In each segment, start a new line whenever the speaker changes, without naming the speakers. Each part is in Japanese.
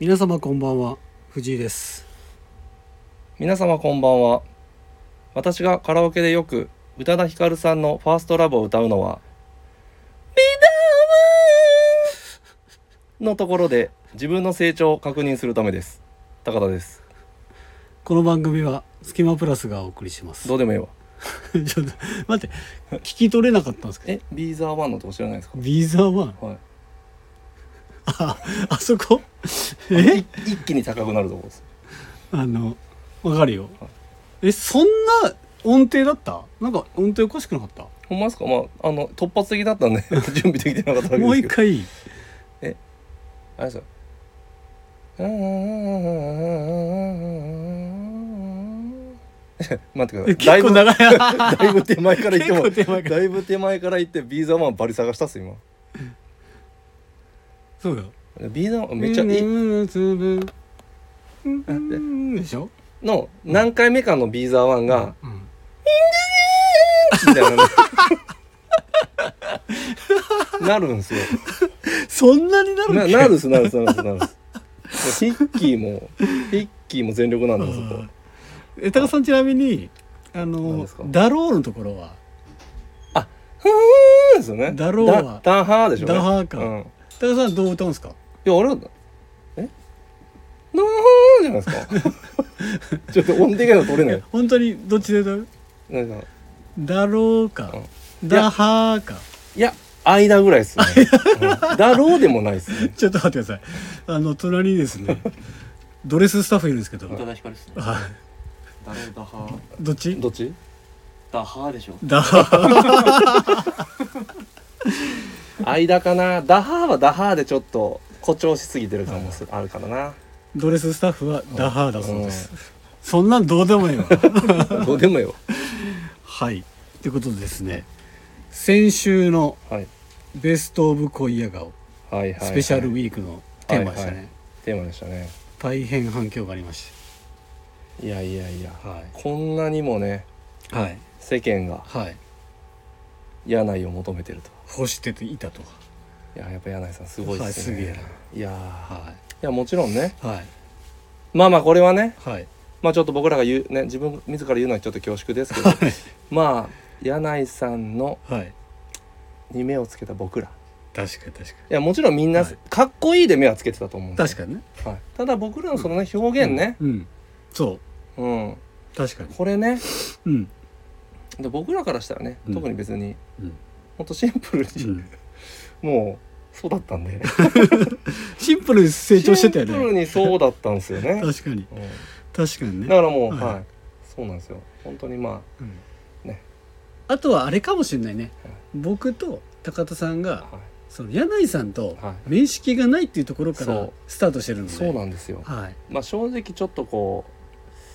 皆様こんばんは藤井です
皆様こんばんは私がカラオケでよく宇多田ヒカルさんの「ファーストラブを歌うのは「リダーマー」のところで自分の成長を確認するためです高田です
この番組はスキマプラスがお送りしますち
ど
ょ
うでもいいわ
っと待って聞き取れなかったんですけ
えビーザーワンのとこ知らないですか
どビーザーワン
はい
ああそこ
い
え
一気に高くなるとこです
あのわかるよえそんな音程だったなんか音程おかしくなかった
ほんまですかまああの突発的だったんで 準備できてなかったわけですけど
もう一回
あれですよ 待って
え
くださ
結
い
構長い
だいぶ手前から行っても
結構手前から
だいぶ手前から行ってビーザーマンバリ探したっす今
そうよ
ビーザーマンめっちゃ
い
い
いでしょ
の何回目かのビーザーワンが
うん
みたいななるんすよ
そんなになる
な
っけ
なるっすなるっすなるっすなるっすもうヒッキーもヒッキーも全力なんだそこ
うんえ高さんちなみにあ
何
の
ですか
「だろう」のところは
ふーんですよね
だろうは
ダンハーでしょ
ダハーか
うん
高さんどう歌うんですか
いや、あれはえなーじゃない ですか。ちょっと音程が取れない。
本当にどっちで歌う
なんか、
だろうか
うん
だはーか
いや、間ぐらいですね。うんだろうでもないですね。
ちょっと待ってくださいあの隣にですねドレススタッフいるんですけど
宇多田ヒカルですね。
あ
ダレダハー
どっち
どっち
ダハーでしょ。
だは
間かな。ダハーはダハーでちょっと誇張しすぎてる感もすあるからな。
ードレススタッフはだはーだそうですそんなんどうでもいいわ
うん どうでもよ。
はいということでですね先週の
はい。
「ベスト・オブ・恋や顔
はいはい、はい。
スペシャルウィークのテーマでしたね、
はいはいテーマでしたね。
大変反響がありまし
いやいやいや。
たはい
こんなにもね、
はい
世間が
はい
柳井を求めてると。
欲していたと
いや、やっぱ柳井さんすごいですね。
はいすげえない
やーい
は
や、もちろんね。
いはい
まあまあ、これはね、
はい
まあちょっと僕らが言うね自分自ら言うのはちょっと恐縮です けど
い
まあ柳井さんの
はい
に目をつけた僕らい
確かに確か
やもちろんみんな、
はい
かっこいいで目はつけてたと思うん
に
です
確かにね
よ、はい、ただ僕らのそのね表現ね、
うんそう
うん
確かに
これね
うん
で僕らからしたらね
うん
特に別に
うん、
もっとシンプルに、
うん、
もうそうだっ たんで
シンプルに成長してたよ
シンプル
ね
にそうだったんですよね、
確かに
う
確かに
ん、
ね
だからもう、
はい
はいそうなんですよ本当にま
うん
ね
あとはあれかもしれないね、
はい
僕と高田さん
あ、
が
は
その柳井さんと
はい
面識がないっていうところか
そ
ら
う
スタートしてるの
い、
で
そうなんですよ
はい
まあ、正直ちょっとこう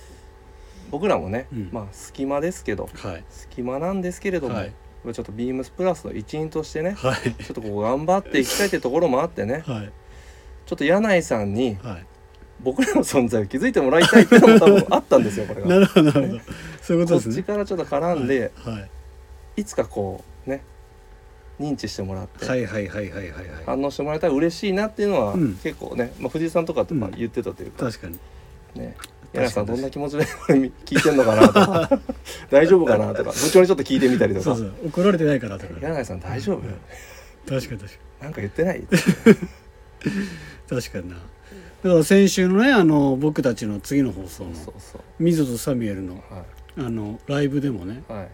僕らもね、
うん
まあ隙間ですけど
はい
隙間なんですけれども、
はい
まあちょっとビームスプラスの一員としてね
はい
ちょっとこう頑張っていきたいってところもあってね
はい
ちょっと柳井さんに
はい
僕らの存在を気づいてもらいたいっていうのも多分あったんですよこれ
な
が。
るほどなるほどそういうこ
ことっ
です
ち
ね
からちょっと絡んで、
はい
い、つかこうね認知してもらって、
はいはいはいはいはいはい
反応してもらえたら嬉しいなっていうのは、
うん
結構ね、まあ、藤井さんとかと
う
か
ん
言ってたというか、
確かに
ね柳井さ
確かに
んどんな気持ちでこれ聞いてんのかな とか大丈夫かなとか部長にちょっと聞いてみたりと
そう
か
そう怒られてないからとか
柳井さん大丈夫
確かに確かに
なんか言ってない
確かになだから先週のねあの僕たちの次の放送の
そうそう
ミゾとサミュエルの
は
あのライブでもね
い、はい、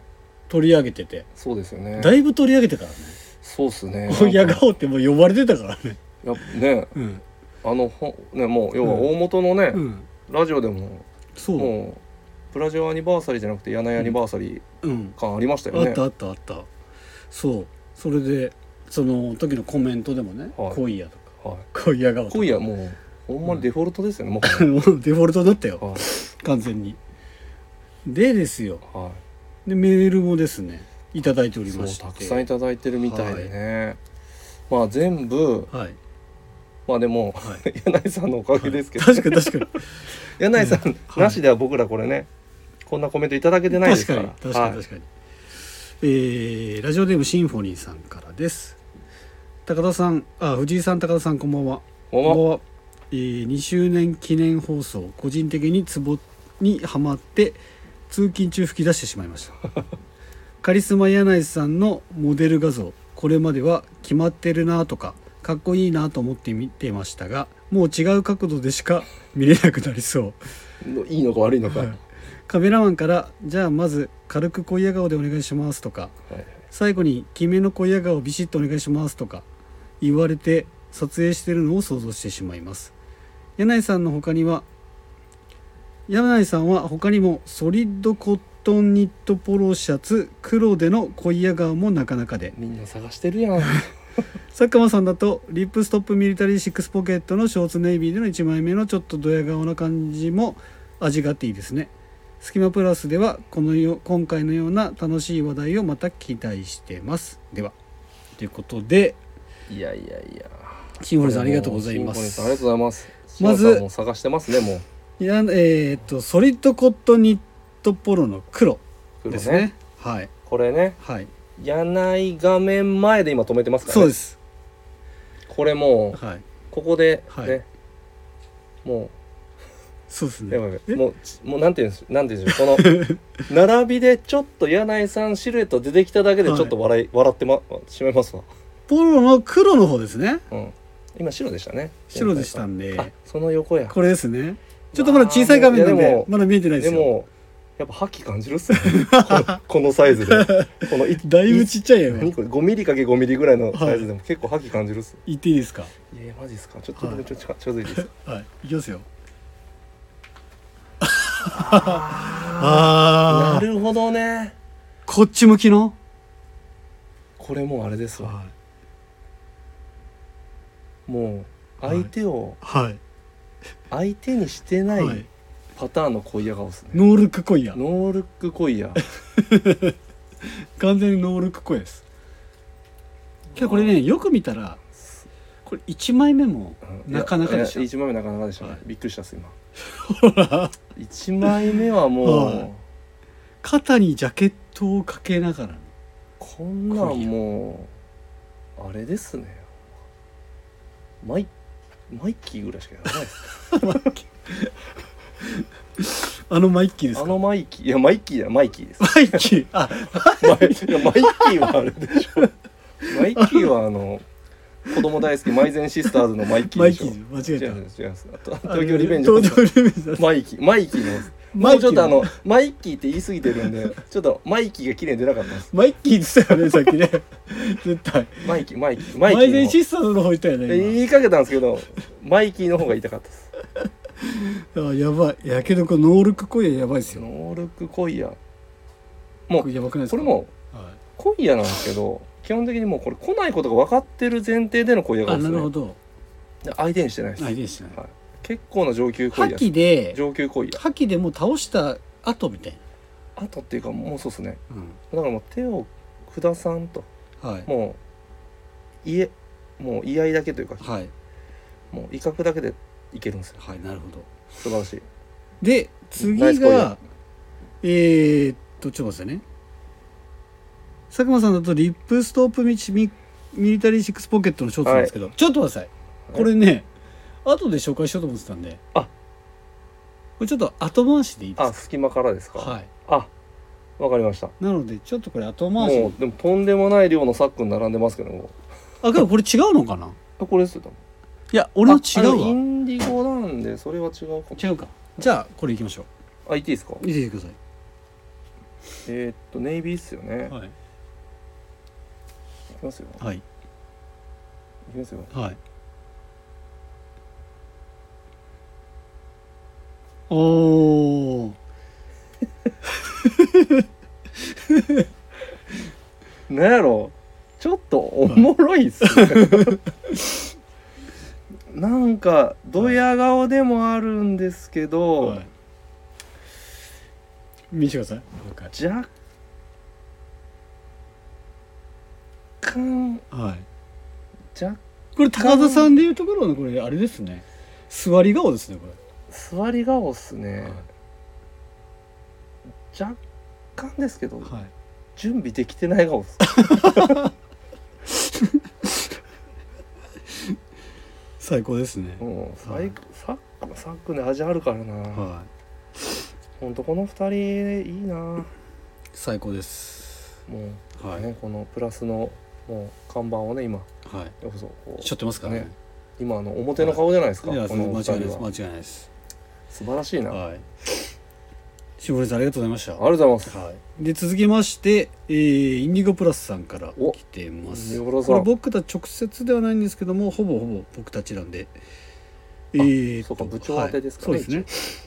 取り上げてて
そうですよね
だいぶ取り上げてからね
そうっすね
「や顔」ってもう呼ばれてたからね
やね
うん
あのほねもう要は大元のね、
うん
ラジオでも
そう
もうプラジオアニバーサリーじゃなくて柳井アニバーサリ
うん
ー感ありましたよ
あ
ね
ったあったあったそうそれでその時のコメントでもね
はい
「恋や」とか
はい、
「恋や顔」とか
今夜もうほんまにデフォルトですよね、もう
もう デフォルトだったよ
はい、
完全にでですよ
は
でメールもですねいただいてお
い、
り
そ
ま
う
して
たくさんいただいてるみたいでね、まあ全部
はい
まあ でも
はい
柳井さんのおかげですけど、
確かに確かに
柳井さん、
はい
なしでは僕らこれねこんなコメントいただけてないです
確
か
からに確かに確かに、えーラジオネームシンフォニーさんからです高田さんあ藤井さん高田さんこんばんは
はい、おも
はえー2周年記念放送個人的にツボにはまって通勤中吹き出してしまいましたカリスマ柳井さんのモデル画像これまでは決まってるなとかかっこいいなと思って見てましたがもう違う角度でしか見れなくなりそう
のいいのか悪いのか、
は
はいい
カメラマンから「じゃあまず軽く小屋顔でお願いします」とか「最後に決めの小屋顔ビシッとお願いします」とか言われて撮影してるのを想像してしまいます柳井さんの他には柳井さんは他にもソリッドコットンニットポロシャツ黒での小屋顔もなかなかで
みんな探してるやん
佐久間さんだとリップストップミリタリーシックスポケットのショーツネイビーでの1枚目のちょっとドヤ顔な感じも味があっていいですねスキマプラスではこのよ今回のような楽しい話題をまた期待してますではということで
いやいやいや
新堀さんありがとうございま
シンボリ
す
さんありがとうございます
まず
シンボリさんも探してますねもう
いやえーっとソリッドコットンニットポロの黒
黒
で
ね
すねはい
これね
はい
柳画面前で今止めてますからね
そうです
これもう
はい
ここでね、
はい
も
そうです
う
ね
やばいやば
え
いもうちもうなんていうんですなんていうんでしょうこ の並びでちょっと柳井さんシルエット出てきただけでちょっと笑い、笑ってましまいますわ、
ポロの黒の方ですね
うん、今白でしたね
白でしたん
あ
で
その横や
これですねちょっとまだ小さい画面なん
いやで
で
も
まだ見えてないで
です
よ
もやっぱ覇気感じるっ すねこのこのサイズでこのい
だいぶちっちゃいよ
何これ5ミリかけ5ミリぐらいのサイズでも結構覇気感じるっす、
言っていいですか
い、やいやマジっすかちょっと
はい
僕ちょっと近づいていいですか
はいいきますよあ
な
あ
るほどね
こっち向きの
これもうあれですわ
は
もう
はい
相手を
い、はい
相手にしてないパターンの恋や顔ですね、
ノールック恋や
ノールック恋や
完全にノールック恋ですけどこれねよく見たらこれ1枚目もなかなかでした
1枚目なかなかでしたね、
はい
びっくりしたっす今1枚目はもう、
はい肩にジャケットをかけながら
こんなんもうあれですねマイマイキーぐらいしかやらないです
あのマイッキーです
あ
か
のマイキーいやマイキーやマイキーです
マイッキーあ
マイいやマイキーはあれでしょマイキーはあの子供大好きマイゼンシスターズのマイキー
マイ
で
ッ
し
キ
ょ
ー間違え
違
た
う違う違うあと東京リベンジ
東京リベンジだ
マイキーマイキーの
マ
も
イ
う
キ
ち
ー
ょっとあのマイキーって言い過ぎてるんでちょっとマイキーが綺麗に出なかったんです
マイッキーって言ったよ ねさっきね絶対
マイキーマイキーマ
マ
イキ
イゼン
ー
シスターズの方いたよ
の
ね
方
今
言いかけたんですけどマイキーの方が言いたかったです
あやばいいやけどこのノールック声やばいですよ
ノールック濃いやも
これ
う
やばくないです
こ
か
れも
は
う濃いやなんですけど基本的にもうこれ来ないことが分かってる前提での恋
い
や
あ
がです
なるほ
ね
ど
で相手にしてないです、
あいいですね
はい結構な上級
覇
恋や
気で
上級恋や
覇気でもう倒した後みたい
あとっていうかもうそうですね
な、
だからもう手を下さんと
はい
もう家もう居合だけというか
はい
もう威嚇だけでいけるんですよ
はいなるほど
素晴らしい
で次
ナイス声
が
だ
えー、っとちょっと待ってね佐久間さんだとリップストープミチミミリタリーシックスポケットのショーツなんですけど、ちょっと待ってくださいこれね、後で紹介しようと思ってたんで
あ
これちょっと後回しでいいです
あ隙間からですか、
かはい
あわかりました
なのでちょっとこれ後回し
もうでもとんでもない量のサックに並んでますけども
あけどこれ違うのかな
あこれですよ多分
いや俺の
ああの
違
イ
うわ
ンディゴなんでそれは違うかも
違うかじゃあこれいきましょう
あいっていいですか
見ててくださ
えーっとネイビーっすよね
いはい
いきますよい
はい
きますよ
はいおー
なんやろちょっとおもろい っすねなんかドヤ顔でもあるんですけど、
はい見せてくださいもう一回
若干
はい
若
これ高田さんでいうところのこれあれですね座り顔ですねこれ
座り顔っすね、
はい
若干ですけど、
はい
準備できてない顔 っす
最高ですね、
うん、最ささっくね味あるからな
はい
ほんとこの2人いいなも
最高です
う、
はい、
ね、このプラスのもう看板をね今
はい
よくぞこう
しょってますからね
今あの表の顔じゃないですか、
いや
こ
そ
の
の間違
お二
いないで
人
す間
は
違いないです
素晴らしいな、あ
はい絞りさんありがとうございました
りがとうございます
はい、で続きまして、えーインディゴプラスさんから
お
来てま
イ
す
ンディゴプラスさ
こ
ん
れ僕たち直接ではないんですけどもほぼほぼ僕たちなんでえーっ
そ
と
うか部長宛てですかね
はいそうですね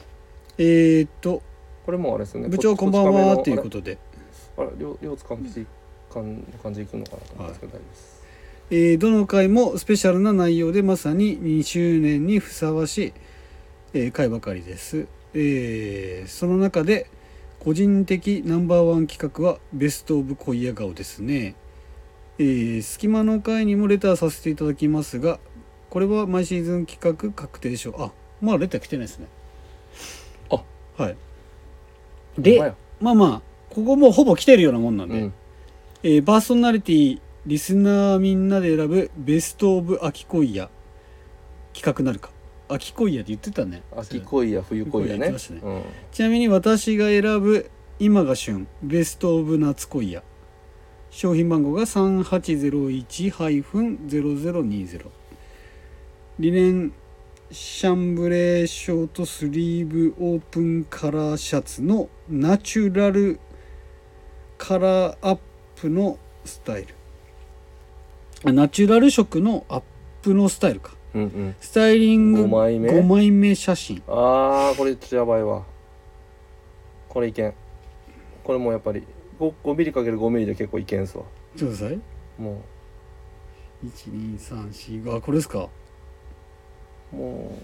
えーっと
これもうあれですよね
部長こんばんはっていうこととで
あれあれ両両津完璧感感じでいくのかなと思ったんですけど、大丈夫です
えーどの回もスペシャルな内容でまさに2周年にふさわしい、えー回ばかりです、えーその中で個人的ナンバーワン企画はベストオブ恋や顔ですね、えー隙間の回にもレターさせていただきますがこれは毎シーズン企画確定書あまあレター来てないですね
あ
はい
ほんま
で
や
まあまあここもうほぼ来てるようなもんなんで、
うん
えーパーソナリティリスナーみんなで選ぶベスト・オブ・秋恋や企画なるか秋恋やって言ってたね
秋恋や冬恋や
冬恋や
ね
ってましたね
うん、
ちなみに私が選ぶ今が旬ベスト・オブ・夏恋や商品番号が3801-0020リネンシャンブレーショートスリーブオープンカラーシャツのナチュラルカラーアップのスタイルあナチュラル色のアップのスタイルか
うんうん
スタイリング
五枚目
五枚目写真
あーこれちょっとやばいわこれいけんこれもうやっぱり 5, 5ミリかける5ミリで結構いけんすわ
ちょっとください
も
12345あこれですか
うも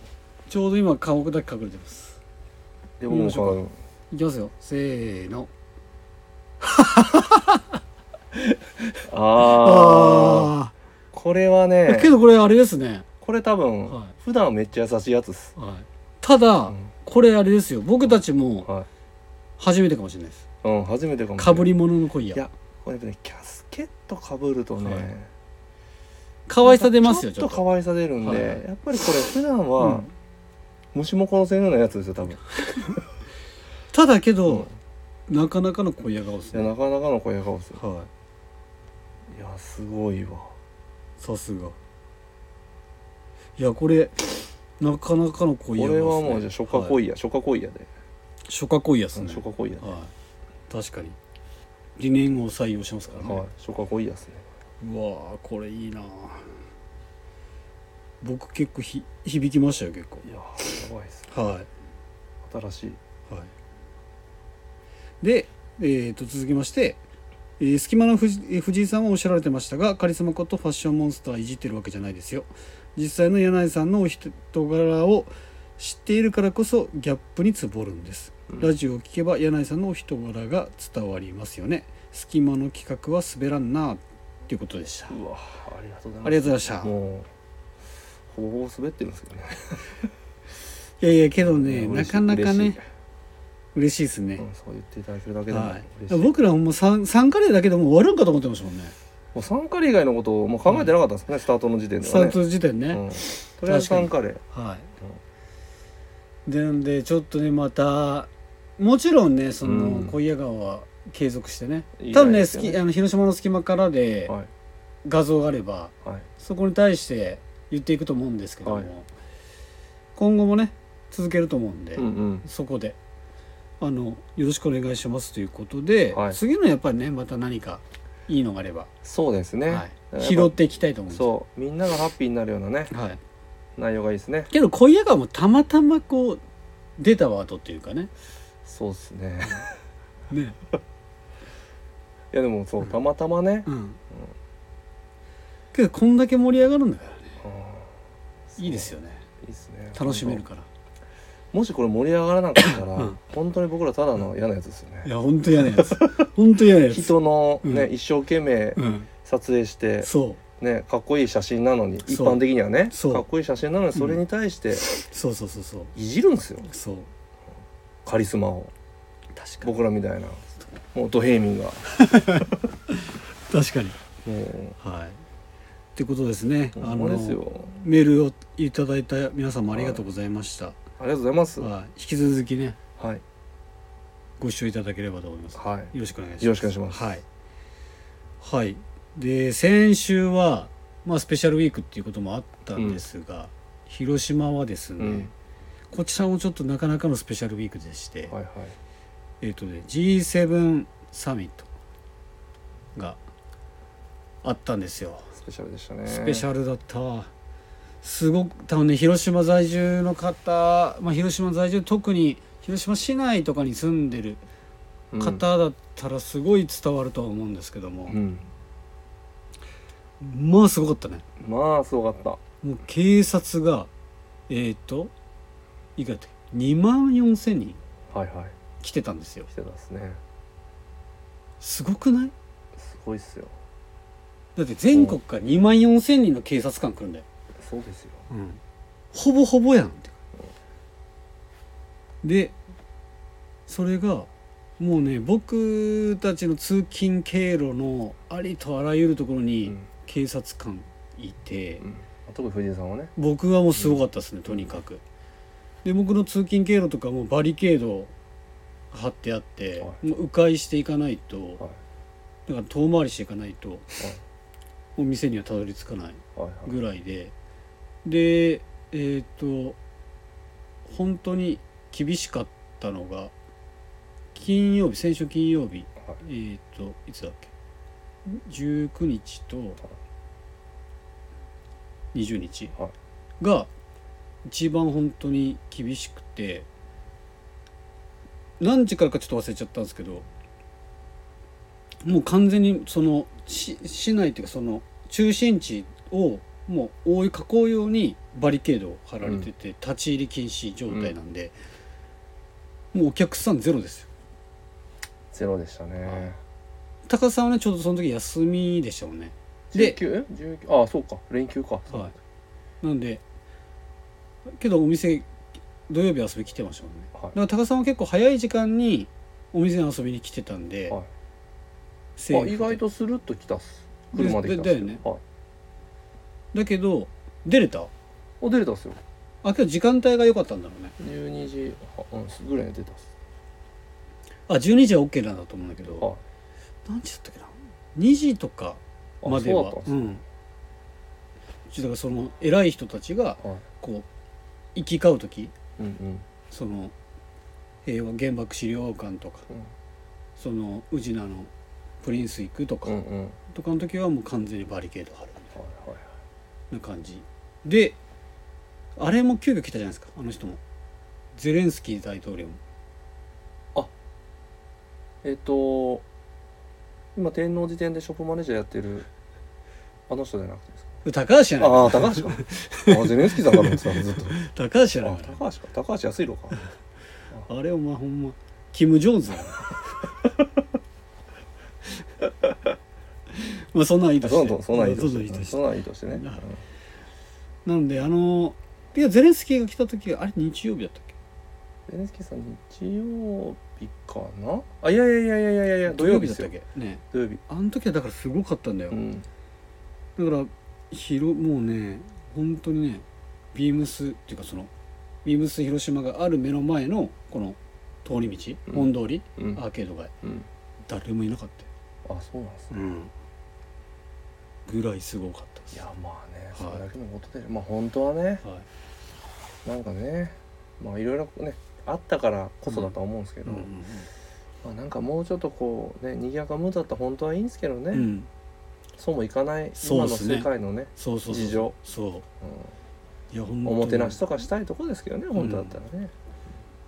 ちょうど今顔だけ隠れてます
うでももう
どう
か
いきますよせーの
ああ
あ
これは
ー
ね
けどこれあれですね、
これ多分、
は
普段めっちゃ優しいやつっす、
いはい、ただ、
うん
これあれですよ僕たちも
はい
初めてかもしれないです
うん、初めてかもしれ
か
ない
ぶり物の恋
いや
や
これねキャスケットかぶるとね、
はい可愛さ出ますよ
ちょっと可愛さ出るんで、
はい
やっぱりこれ普段
う
は
ん
虫も殺せるようなやつですよ多分、
ただけ
うん
ど、なかなかの恋や顔です
いや
ね
なかなかの声顔っすよ
はい
やすごいわ
いさすがいやこれなかなかの恋や顔です
俺
ね
はもうじゃあ初夏
はい、
恋や、初夏恋やで、
初夏恋やです
うん
ね
初夏恋やで、
はい、確かに理念を採用しますからね、
はい、初夏恋やっすね
うわあこれいいなあ僕結構ひ響きましたよ結構
いやーやばいっす
は
新しい
いはいで、えー、と続きまして、えー隙間の藤えー藤井さんはおっしゃられてましたがカリスマことファッションモンスターいじってるわけじゃないですよ実際の柳井さんのお人柄を知っているからこそギャップにつぼるんです、
うん
ラジオを聞けば柳井さんのお人柄が伝わりますよね隙間の企画は滑らんなあっていうことでした
うわありがとうございます
ありがとうございました
もうほぼほぼ滑ってるんですけどね
いやいやけどね
うん
な
嬉しい
かなか
嬉
ね
し
嬉しいです
いうん
ね、
そう言っていただけるだけでも
は
嬉し
い、
い、
僕らももう 3, 3カレーだけでもう終わるんかと思ってましたもんね
もうサンカレー以外のことをもう考えてなかったんですね、スタートの時点で
ス
は
ター
ね
ト時点ね、
うん、とりあえずサンカレー
はいでなんでちょっとねまたもちろんねその
うん
小屋川は継続してね、
いい
多分ね
ラインですよね
好きあの広島の隙間からで
はい
画像があれば
はい
そこに対して言っていくと思うんですけども、
はい
今後もね続けると思うんで、
うんうん
そこであのよろしくお願いしますということで、
はい
次のやっぱりねまた何かいいのがあれば、
そうですね、
はい、
や
拾っ
ぱ
ていきたいと思います
そうみんながハッピーになるようなね
はい、
内容がいいですね
けど小屋川もたまたまこう出たワードっていうかね
そうですね
ね、
いやでもそうたまたまね、
うん、けどこんだけ盛り上がるんだからね
うん
いいですよね
いいですね
楽しめるから
もしこれ盛り上がらなかったら、
うん
本当に僕らただの嫌なやつですよ
い
ね、
や本当嫌なやつ 本当嫌なやつ、
人のね、
うん
一生懸命
うん、
撮影して、
そう
ね、かっこいい写真なのに
そう
一般的にはね
そう
かっこいい写真なのにそれに対して
そうそうそうそう
いじるんですよ、
そう
カリスマを
確
僕らみたいなもうドヘイミンが
確かに
もう
はいってことですね。
ほ
あ
んま
の
ですよ
メールをいただいた皆様ありがとうございました。
ありがとうございますは
はい、引き続きね
い
ご視聴いただければと思います。よ
はい
ろしくお願いします。
よろしくお願いします
はい。はい。で先週はまあスペシャルウィークっていうこともあったんですが、広島はです
う
ね、
ん
こちらもちょっとなかなかのスペシャルウィークでして、
はいはい
えっ、とね G7 サミットがあったんですよ。
スペシャルでしたね
スペシャルだったわすごく多分ね広島在住の方、まあ、広島在住特に広島市内とかに住んでる
うん
方だったらすごい伝わるとは思うんですけども
う、ん
まあすごかったね
まあすごかった
もう警察がえっ、といくらだって2万4千人
はいはい
来てたんですよ
来てたっすね
すごくない
すごいっすよ
だって全国から2万4千人の警察官来るんだよ
そうですよ
ほぼほぼやんってでそれがもうね僕たちの通勤経路のありとあらゆるところ
う
に
ん
警察官いて、
うん特に藤井さんはね
僕はもうすごかったですね、とにかくで僕の通勤経路とかもバリケード張ってあって、
はい
もう迂回していかないと、
はい
だから遠回りしていかないと、お店にはたどり着かない
はいはい
ぐらいででえっ、と本当に厳しかったのが金曜日先週金曜日
はい
えっ、といつだっけ19日と20日
はい
が一番本当に厳しくて何時からかちょっと忘れちゃったんですけどもう完全にそのし市内というかその中心地をもう覆い囲うようにバリケードを張られてて、立ち入り禁止状態なんで、もうお客さんゼロですよ
ゼロでしたね
高田さんはねちょうどその時休みでしたもんねで
19え19ああそうか連休か
はいなんでけどお店土曜日遊び来てましたもんね
は
だから高田さんは結構早い時間にお店に遊びに来てたんで、
はい
セー
いあ
フで
意外とスルッと来たっす
で
車で来たっす
だだよね
はい
だけど出れたあ
お出れたっすよ
今日時間帯が良かったんだろうね
12時あうんぐらいに出たっす
あ12時は OK なんだと思うんだけど
はい
何時だったっけな2時とか
あ
まで
そう
は
だったんです
う
ね
んだからその偉い人たちが
はい
こう行き交う時
うんうん
その平和原爆資料館とかその宇品のプリンス行くとか、
うんうんうんはい
とかの時はもう完全にバリケード張るみ
はいはい
たいな感じであれも急遽来たじゃないですかあの人もゼレンスキー大統領も
えっと今天王寺店でショップマネージャーやってるあの人じゃなくてですか
高橋じゃない
ああ高橋かあゼレンスキーさんかと思ってた ずっと
高橋じゃない
あ高橋か高橋安いのか
あれお前ほんまキム・ジョーンズ やまあそんなんいいと
そ
し
んな
て
んそんなんいいと
そうそういい
し
と
て
して
そんなんいいとしてね
ななんであのいやゼレンスキーが来た時あれ日曜日だったっけ
ゼレンスキーさん日曜日かなあいやいやいやいやいやいや土曜
だ
日で
っ
す
たっ
よ
けね
土曜日
あの時はだからすごかったんだよ、
うん
だから広もうね本当にねビームスっていうかそのビームス広島がある目の前のこの通り道、
う
本
ん
通り、
うん
アーケード街
うん
誰もいなかったよ
あそうなんですね
ぐらいすごかったです
いやまあねそれだけのことでまあ本当はね
はい
なんかねまあいろいろねあったからこそだとは思うんですけ
う
ど、
んうん
まあ、なんかもうちょっとこうね賑やかムードだったら本当はいいんですけどね、
うんうん
そうもいかない
そう
今
っ
の
すね
世界のね
そうそうそう
事情
そ
うん
ういや本当
お
に
もてなしとかしたいとこですけどね、本当だったらね、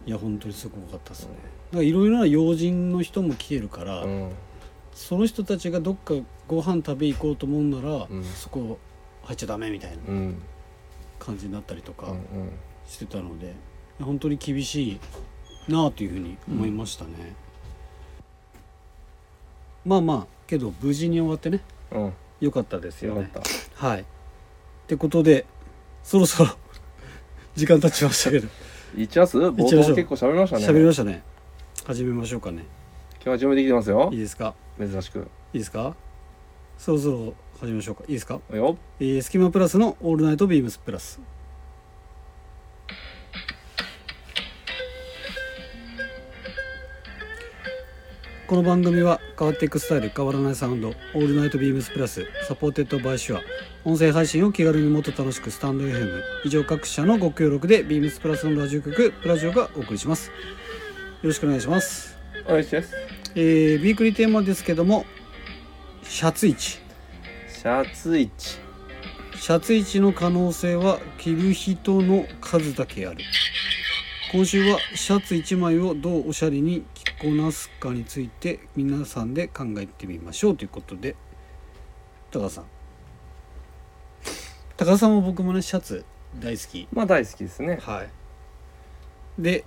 いや本当にすごかったですねだからいろいろな要人の人も来てるから、
うん
その人たちがどっかご飯食べ行こうと思うなら、
うん
そこ入っちゃダメみたいな
うんうん
感じになったりと
う
か、
ん
してたので本当に厳しいなあというふうに思いましたね、まあまあけど無事に終わってね
うんよ
良かったですよ
か
ね
った、
はいってことでそろそろ 時間経ちましたけ ど
いっちゃいます冒
いっちゃいましょ
頭
う
結構喋りました
喋
ね
りま
今
したね始めましょうかね
日は準備できてますよ
いいですか
珍しく
いいですかそろそろ始めましょうかいいですか、
およ
えー、スキマプラスの「オールナイトビームスプラスこの番組は変わっていくスタイル変わらないサウンド「オールナイトビームスプラス」サポーテッドバイシュア音声配信を気軽にもっと楽しくスタンド FM 以上各社のご協力でビームスプラスのラジオ局プラジオがお送りしますよろしくお願いします
お願いします
えー、ビークリーテーマですけどもシャツ位置
シャツイチ
シャツ位置の可能性は着る人の数だけある今週はシャツ1枚をどうおしゃれに着こなすかについて皆さんで考えてみましょうということで高田さん高田さんも僕もねシャツ大好き
まあ大好きですね
はいで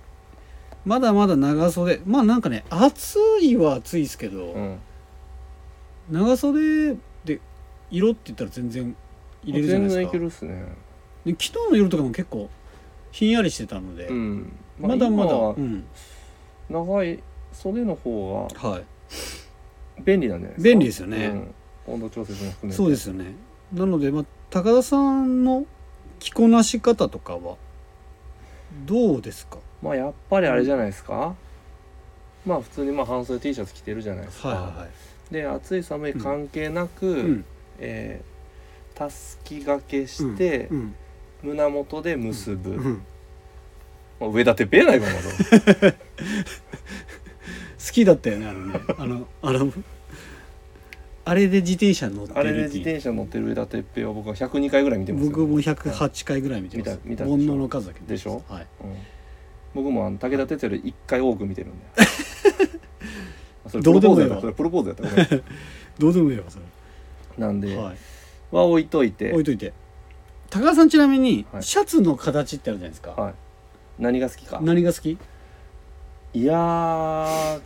まだまだ長袖まあなんかね暑いは暑いですけど、
うん
長袖で色って言ったら全然入れるじゃないで
全
す
然い
か
けるっすね
で昨日の夜とかも結構ひんやりしてたので、
うん
まだまだ、
今は
うん
長い袖の
は
方が便利なんじゃないですか
便利ですよね
うん、温度調節も含
い
めて
そうですよねなので、まあ、高田さんの着こなし方とかはどうですか
まあやっぱりあれじゃないですか、まあ普通にまあ半袖 T シャツ着てるじゃないですか、
はいはいはい
で暑い寒い関係なく、
うん
えーたすきがけして、
うん
胸元で結ぶ、
うん、好
まあ、上立てべえないかなと
きだったよねあのねあのあのあれで自転車乗ってる
あれで
って
自
いう
転車乗ってる上立てっぺを僕は102回ぐらい見てますよ
僕も108回ぐらい見てます
見た見たでしょ
煩悩の数だけ
でしょ
はい
うん僕もあの武田鉄矢より1回多く見てる んだよそれプロポーズやったそ
ど
れプロポーズやったごめん
どうでもいいわそ
なん
れ、
で、
はい、
は置いといて
置いといて高田さんちなみに
はい
シャツの形ってあるじゃないですか、
はい、何が好きか
何が好き
いやー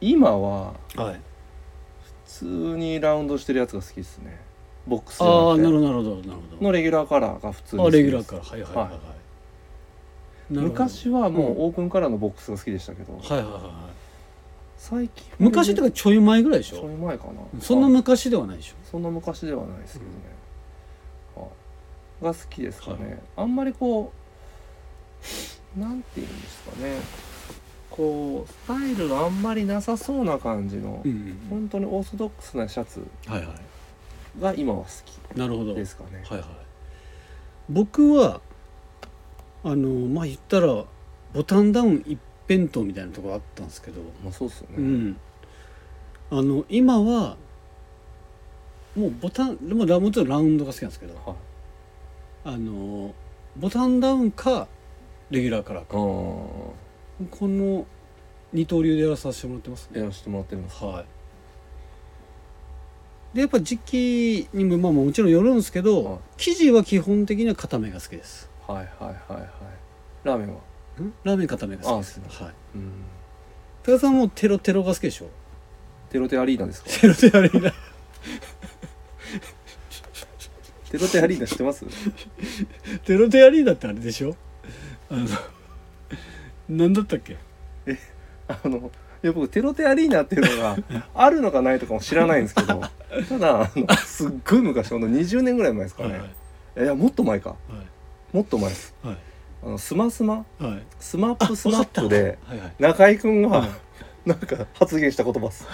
今は
はい
普通にラウンドしてるやつが好きですねボックスじゃ
ああな
な
るほど
くて
なるほどなるほ
のレギュラーカラーが普通
ど
に
あ
好き
レギュ
で
ラー
す
からはいはいはいはい、
は
なるほど
昔はもううんオープンカラーのボックスが好きでしたけど、
はいはいはいはい
最近
昔って
か
かちょい前ぐらいでし
ちょ
ょ
い前かな
そんな
あ
昔ではないでしょ
そんな昔ではないですけどね、はいが好きですかね、あんまりこうなんて言うんですかねこうスタイルがあんまりなさそうな感じの、
うん
本当にオーソドックスなシャツ
うんはいはい
が今は好
なるほど
き
は
で
い
すかね
はい僕はあのまあ言ったらボタンダウン一辺倒みたいなところあったんですけど
まあそうっすよね、
うん、あの今はもうボタンもうラもちろんラウンドが好きなんですけど
はい
あのボタンダウンかレギュラーカラーか
う
この二刀流でやらさせてもらってます
ん
ね
やらせてもらってるんです
はいでやっぱ時期にもまあもちろんよるんですけど、
はい
生地は基本的には固めが好きです
はいはいはいはいラーメンは
ラーメン固めが好きです
あ
はい
うん
高田さんもテロテロが好きでしょ
テロテアリーナですか
テロテロあれ な
テロテアリーナ知ってます
テロテアリーナってあれでしょあの何だったっけ
あのいや僕テロテアリーナっていう のがあるのかないとかも知らないんですけどただあのすっごい昔ほんと20年ぐらい前ですかね、
はい
い
はい
やいやもっと前か
は
もっと前です
い
あのスマスマ
はいはい
スマップス
わ
マ
か
ッ
った
プで
はいはい
中居君
う
が
ん
なんか発言した言葉っす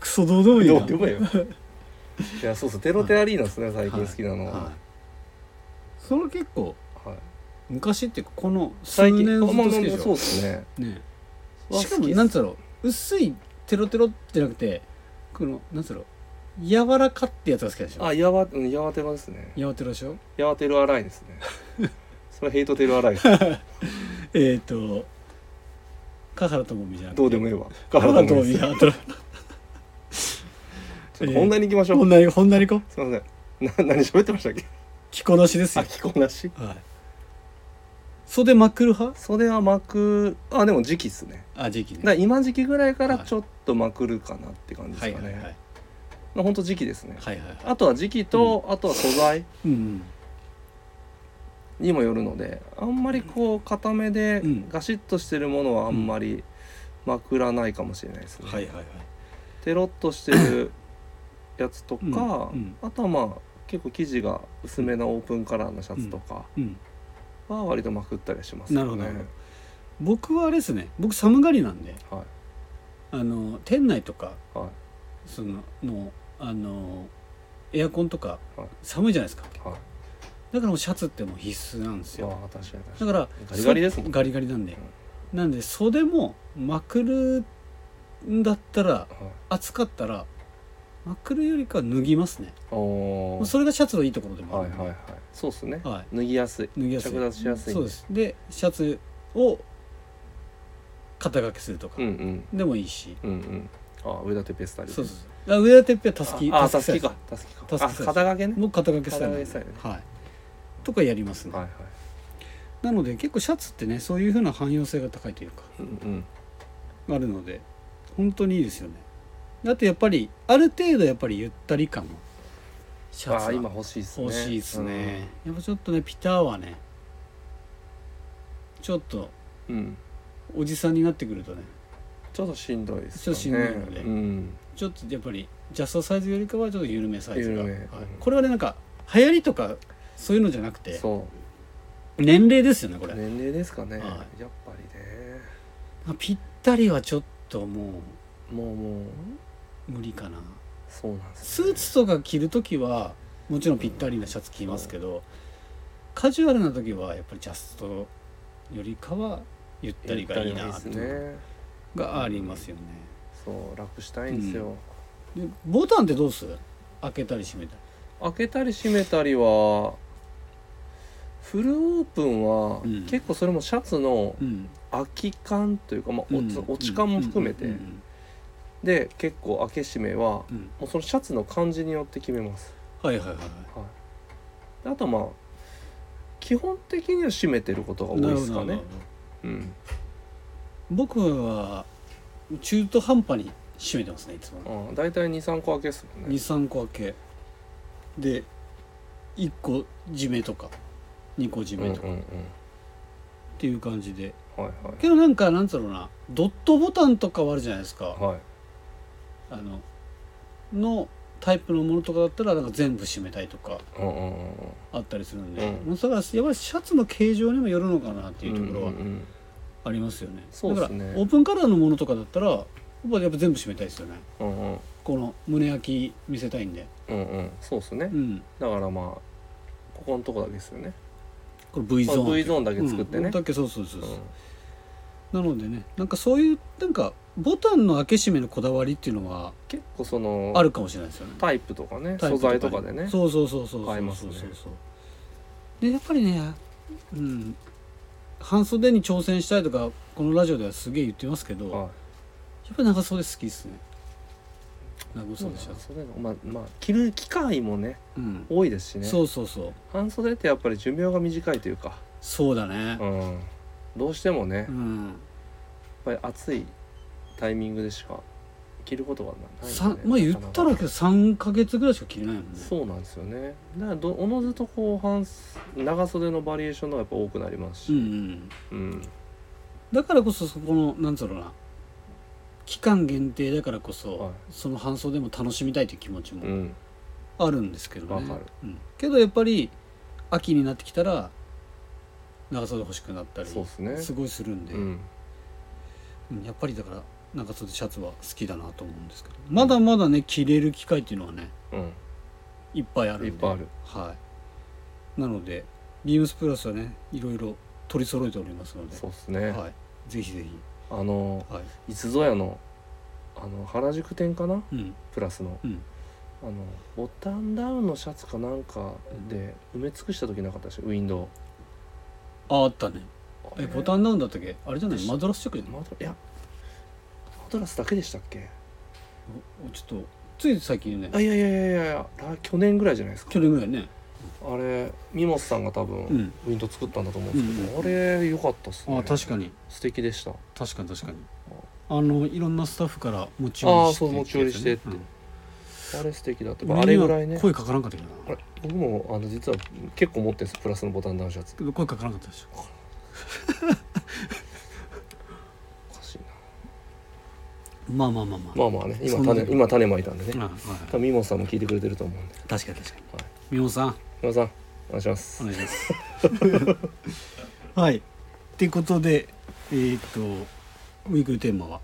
クソどうでもいい
ど
な
うでも ええよいやそうそうテロテアリーナですね最近好きなのは、
はいそれ結構
はい
昔っていうかこの数
最近
年ずっと好き
まあまあま
で
あ
し
そう
ょ
ですね
ね
は
しかも
好き
なんつうの薄いテロテロじゃなくてこのなんつうの柔らかってやつが好きでしょ
あ、やわ、うん、やわてろですね。
柔らテロでしょ
やわてろ洗いですね。 それヘイトテル洗いです。
えっと香原朋美じゃなくて
どうでもい いわ。
香原
と
朋美
ち
じゃ
ょ
なくて
っと本題に行きましょう。
本題本題にこう
すみません。な、何喋ってましたっけ。
着こなしですよ
あ、着こなし。
はい。袖まくる派
袖はまく、あ、でも時期っすね。
あ、時期
だから
ね。
今時期ぐらいから
はい
ちょっとまくるかなって感じで
はい
すか
はいはい。はい
ね。まあ、本当時期ですね。
はいはい。
あとは時期と、あとは素材
うん
にもよるので、あんまりこう固めで
うん
ガシッとしてるものはあんまりまくらないかもしれないです
う
ね
ん。。はいはいはい。
テペロッとして るやつとか、
うん
あとはまあ結構生地が薄めなオープンカラーのシャツとか
うん、
は割とまくったりします
なるほど僕はあれですね僕寒がりなんで
は
あの店内とか
いは
そののあのエアコンとか
はい
寒いじゃないですか
いはい
だからもうシャツってもう必須なんです
いや
よ
ー確かに確
だ
かに
から
ガリガリですもん
ガリガリなんで、なんで袖もまくるんだったら
はい
暑かったらまくるよりかは脱ぎますね
おー
それがシャツのいいところでもあ
は
るん
い
で、
はいはいそうっすね
はい
脱ぎやすい
脱ぎやすい
着脱しやすい
そうですすでシャツを肩掛けするとか
うんうん
でもいいし、
うんうんあ上だってペスタリー
そうそうそうあ上田てっぺはたすき
ああ
た
た
す
す
き
き
か
かたすきか
たすき
あ
サイズ
肩掛けね
もう肩掛けスタイルなんで
肩掛けス
はいとかやりますね、
はいはい
なので結構シャツってねそういうふうな汎用性が高いというか
うんうん
あるので本当にいいですよねあとやっぱりある程度やっぱりゆったり感はシ
あ
ャツ
ー今
は
欲しいっすね
欲しいですねやっぱちょっとねピターはねちょっと
うんうん
おじさんになってくるとね
ちょっとしんどいです
ちょっとしんどいので
うん
ちょっとやっぱりジャストサイズよりかはちょっと緩めサイズが、
緩め
はい
うん
これはねなんか流行りとかそういうのじゃなくて
そ
年齢ですよねこ
う
れ、
年齢ですかねや
は
っぱりね
あぴったりはちょっとも
もうもう
う無理かな
そうなんです
ス
よね
ーツとか着る時はもちろんぴったりなシャツ着ますけどカジュアルな時はやっぱりジャストよりかはゆったりがいいな
ゆった
って
りがいいですね
がありますよね
そう楽したいんですよ
でボタンってどうする開けたり閉めた
開けたり閉めたりはフルオープンは
うん
結構それもシャツの
り、うん、
空き感というかまあ落ち
うん
落ち感も含め
う
て
ん
で結構開け閉めは
うんうん
もうそのシャツの感じによって決めます
はいはいはいは
はいであとまあ基本的には閉めてることが多
い
い
なる
で
ほ
す
ど
か
なる
ね
ほど
うん
僕は中途半端に閉めてますねいつも
ああ大体23個開けっすもんね
23個開けで1個締めとか2個締
うんう
め
んうん
とかっていう感じで
はい
けどなんかなんつうのかなドットボタンとかはあるじゃないですか
はいはい
あののタイプのものとかだったらなんか全部締めたいとか
うんうんうんうん
あったりするんで、
う
だからやっぱりシャツの形状にもよるのかなっていうところは
んんん
ありますよね、
そう
だか
ですね
らオープンカラーのものとかだったらやっぱやっぱ全部締めたいですよね
うんうん
この胸焼き見せたいんで
うんうんそうですね
うん
だからまあここのとこだけですよね
これ V ゾーンっていう
V ゾーンだけ作ってね
うんだけそうそうそううそう、
ん
なのでねなんかそういうなんかボタンの開け閉めのこだわりっていうのは
結構その
あるかもしれないですよね
タイプとかね
タイ
素
プ
材とかでね
そうそうそうそうそう
買えますね
そうそうでやっぱりねうん半袖に挑戦したいとかこのラジオではすげえ言ってますけどやっ
は
ぱ長袖好きっすね長
い
袖シャツ
それがまあまあ着る機会もね
うん、
多いですしね
そうそうそう
半袖ってやっぱり寿命が短いというか
そうだね
うんどうしてもねやっ
うん、
ぱり暑いタイミングでしか着ることがない
さ
ん
ん
でね
まあ言ったら
な
け
かなか
ど3か月ぐらいしか着れないもんね
そうなんですよねだからどおのずとこう半袖長袖のバリエーションのがやっぱ多くなります
うんう
し
ん
うん
だからこそそこのなんつうのかな期間限定だからこそ、
はい
その搬送でも楽しみたいという気持ち
う
も
ん
あるんですけどね、
わかる
うんけどやっぱり秋になってきたら長袖欲しくなったり
そうですね
すごいするんで、
うん
うんやっぱりだから長袖シャツは好きだなと思うんですけどまだまだね着れる機会っていうのはね
うん
いっぱいあるんで
いっぱいある
はい、なのでビームスプラスはねいろいろ取り揃えておりますので、
そうですね
はい、ぜひぜひ、
あの
はい
いつぞやのあの原宿店かな
うん
プラスの
うん、
あのボタンダウンのシャツかなんかで埋め尽くした時なかったでしょウィンドウ
ああったねえボタ
ン
ンダウンだったっけあれじゃないマドラスチェックじゃない
マドラいやマドラスだけでしたっけ
おちょっとつい最近ね
あいやいやいやいやいやら去年ぐらいじゃないですか
去年ぐらいね
あれミモスさんが多分、
うん
ウィンドウ作ったんだと思うんですけど、
うん
あれ良かったっすね
あ確かに
素敵でした
確かに確かにあのいろんなスタッフから持ち
あ
寄りし
あ
て
そう持ち寄りしてって
うん
あれ素敵だった
俺には
あれぐらいね
声かからんかったけどな
あれ僕もあの実は結構持ってるんですプラスのボタンダウンシャツ
けど声かからんかったでしょ
おかしいな
まあまあまあまあ、
まあまあね今
そんな
種今種まいたんでね
あはい
多分ミモさんも聞いてくれてると思うんで
確かに確かに
はい
みほさん
ミモさんお願いします
お願いします はいってことでえーっとウィークリーテーマは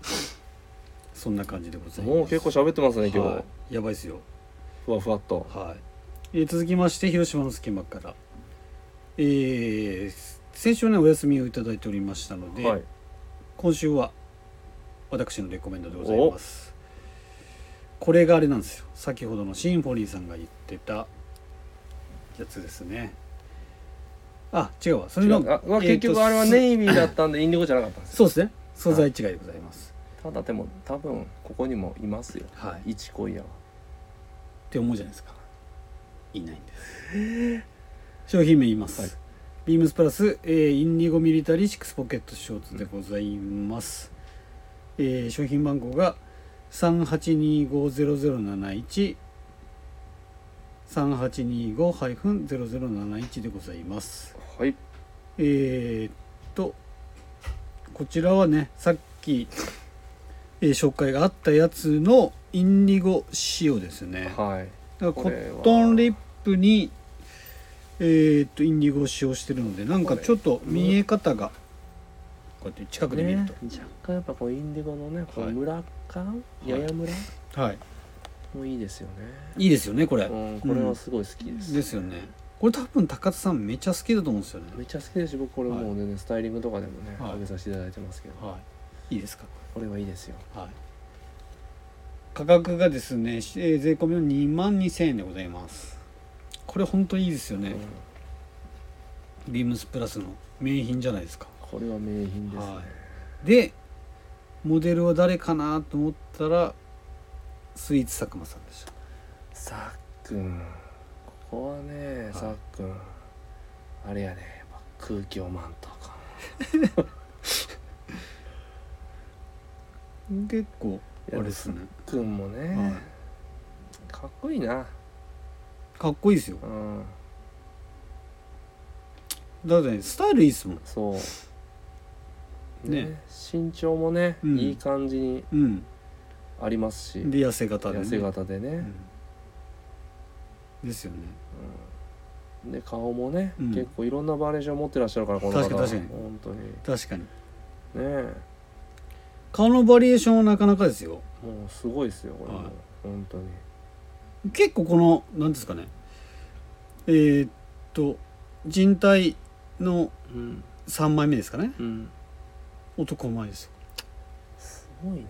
そんな感じでございます
もう結構喋ってますね今
は
日
いやばいですよ
ふわふわっと
はい、えー続きまして広島の隙間から、えー先週ねお休みをいただいておりましたので、
はい
今週は私のレコメンドでございますこれがあれなんですよ先ほどのシンフォニーさんが言ってたやつですねあ違うわそれ
違
の
うあまあ
えー
結
と
局あれは
す
ネイビーだったんでインディゴじゃなかったんですよ
そうですね素材違いでございます、
ただでも多分ここにもいますよ
はい、っ
一今夜は
て思うじゃないですかいないんです商品名言います、
はい
ビームスプラス、えーインディゴミリタリーシックスポケットショーツでございます、えー商品番号が38250071 3825-0071でございます
はい
えーっとこちらはねさっき、えー紹介があったやつのインディゴ仕様ですね
はい
だからコ
これは
ットンリップにえーっとインディゴを使用してるのでなんかちょっと見え方がこうやって近くで見ると、
若干やっぱこうインディゴのねこ
は
う
い
村感、やや村
はい
もいいですよね、
いいですよねこれ、
うん、これはすごい好きです、
ですよねこれ多分高津さんめっちゃ好きだと思うんですよね
めっちゃ好きですし僕これもうね、スタイリングとかでもね、
はい
上げさせていただいてますけど、
はいいいですか
これはいいですよ
はい価格がですね、えー税込みの2万2000円でございますこれ本当にいいですよね、
うん
ビームスプラスの名品じゃないですか
これは名品ですね、
はでモデルは誰かなと思ったらスイーツ佐久間さんでした
さっくんここはね、
い
さっくんあれやねやっぱ空気を満タか
結構あ
いや
れですね、
さっくんもね、
は、
かっこいいない
かっこいいですよ
うん
だってスタイルいいですもん
そう
ね
身長もね、
うん
いい感じに
うん
ありますし
で痩せ型で、ね、
痩せ型でね、
うんですよね
うんで顔もね、
うん
結構いろんなバリエーション持ってらっしゃるからこの方
確かに確かに
本当にね
確かに
え
顔のバリエーションはなかなかですよ
もうすごいですよこれも、
はい
本当に
結構この何ですかねえーっと人体の
うん
3枚目ですかね
うん
男前ですよ
すごいねも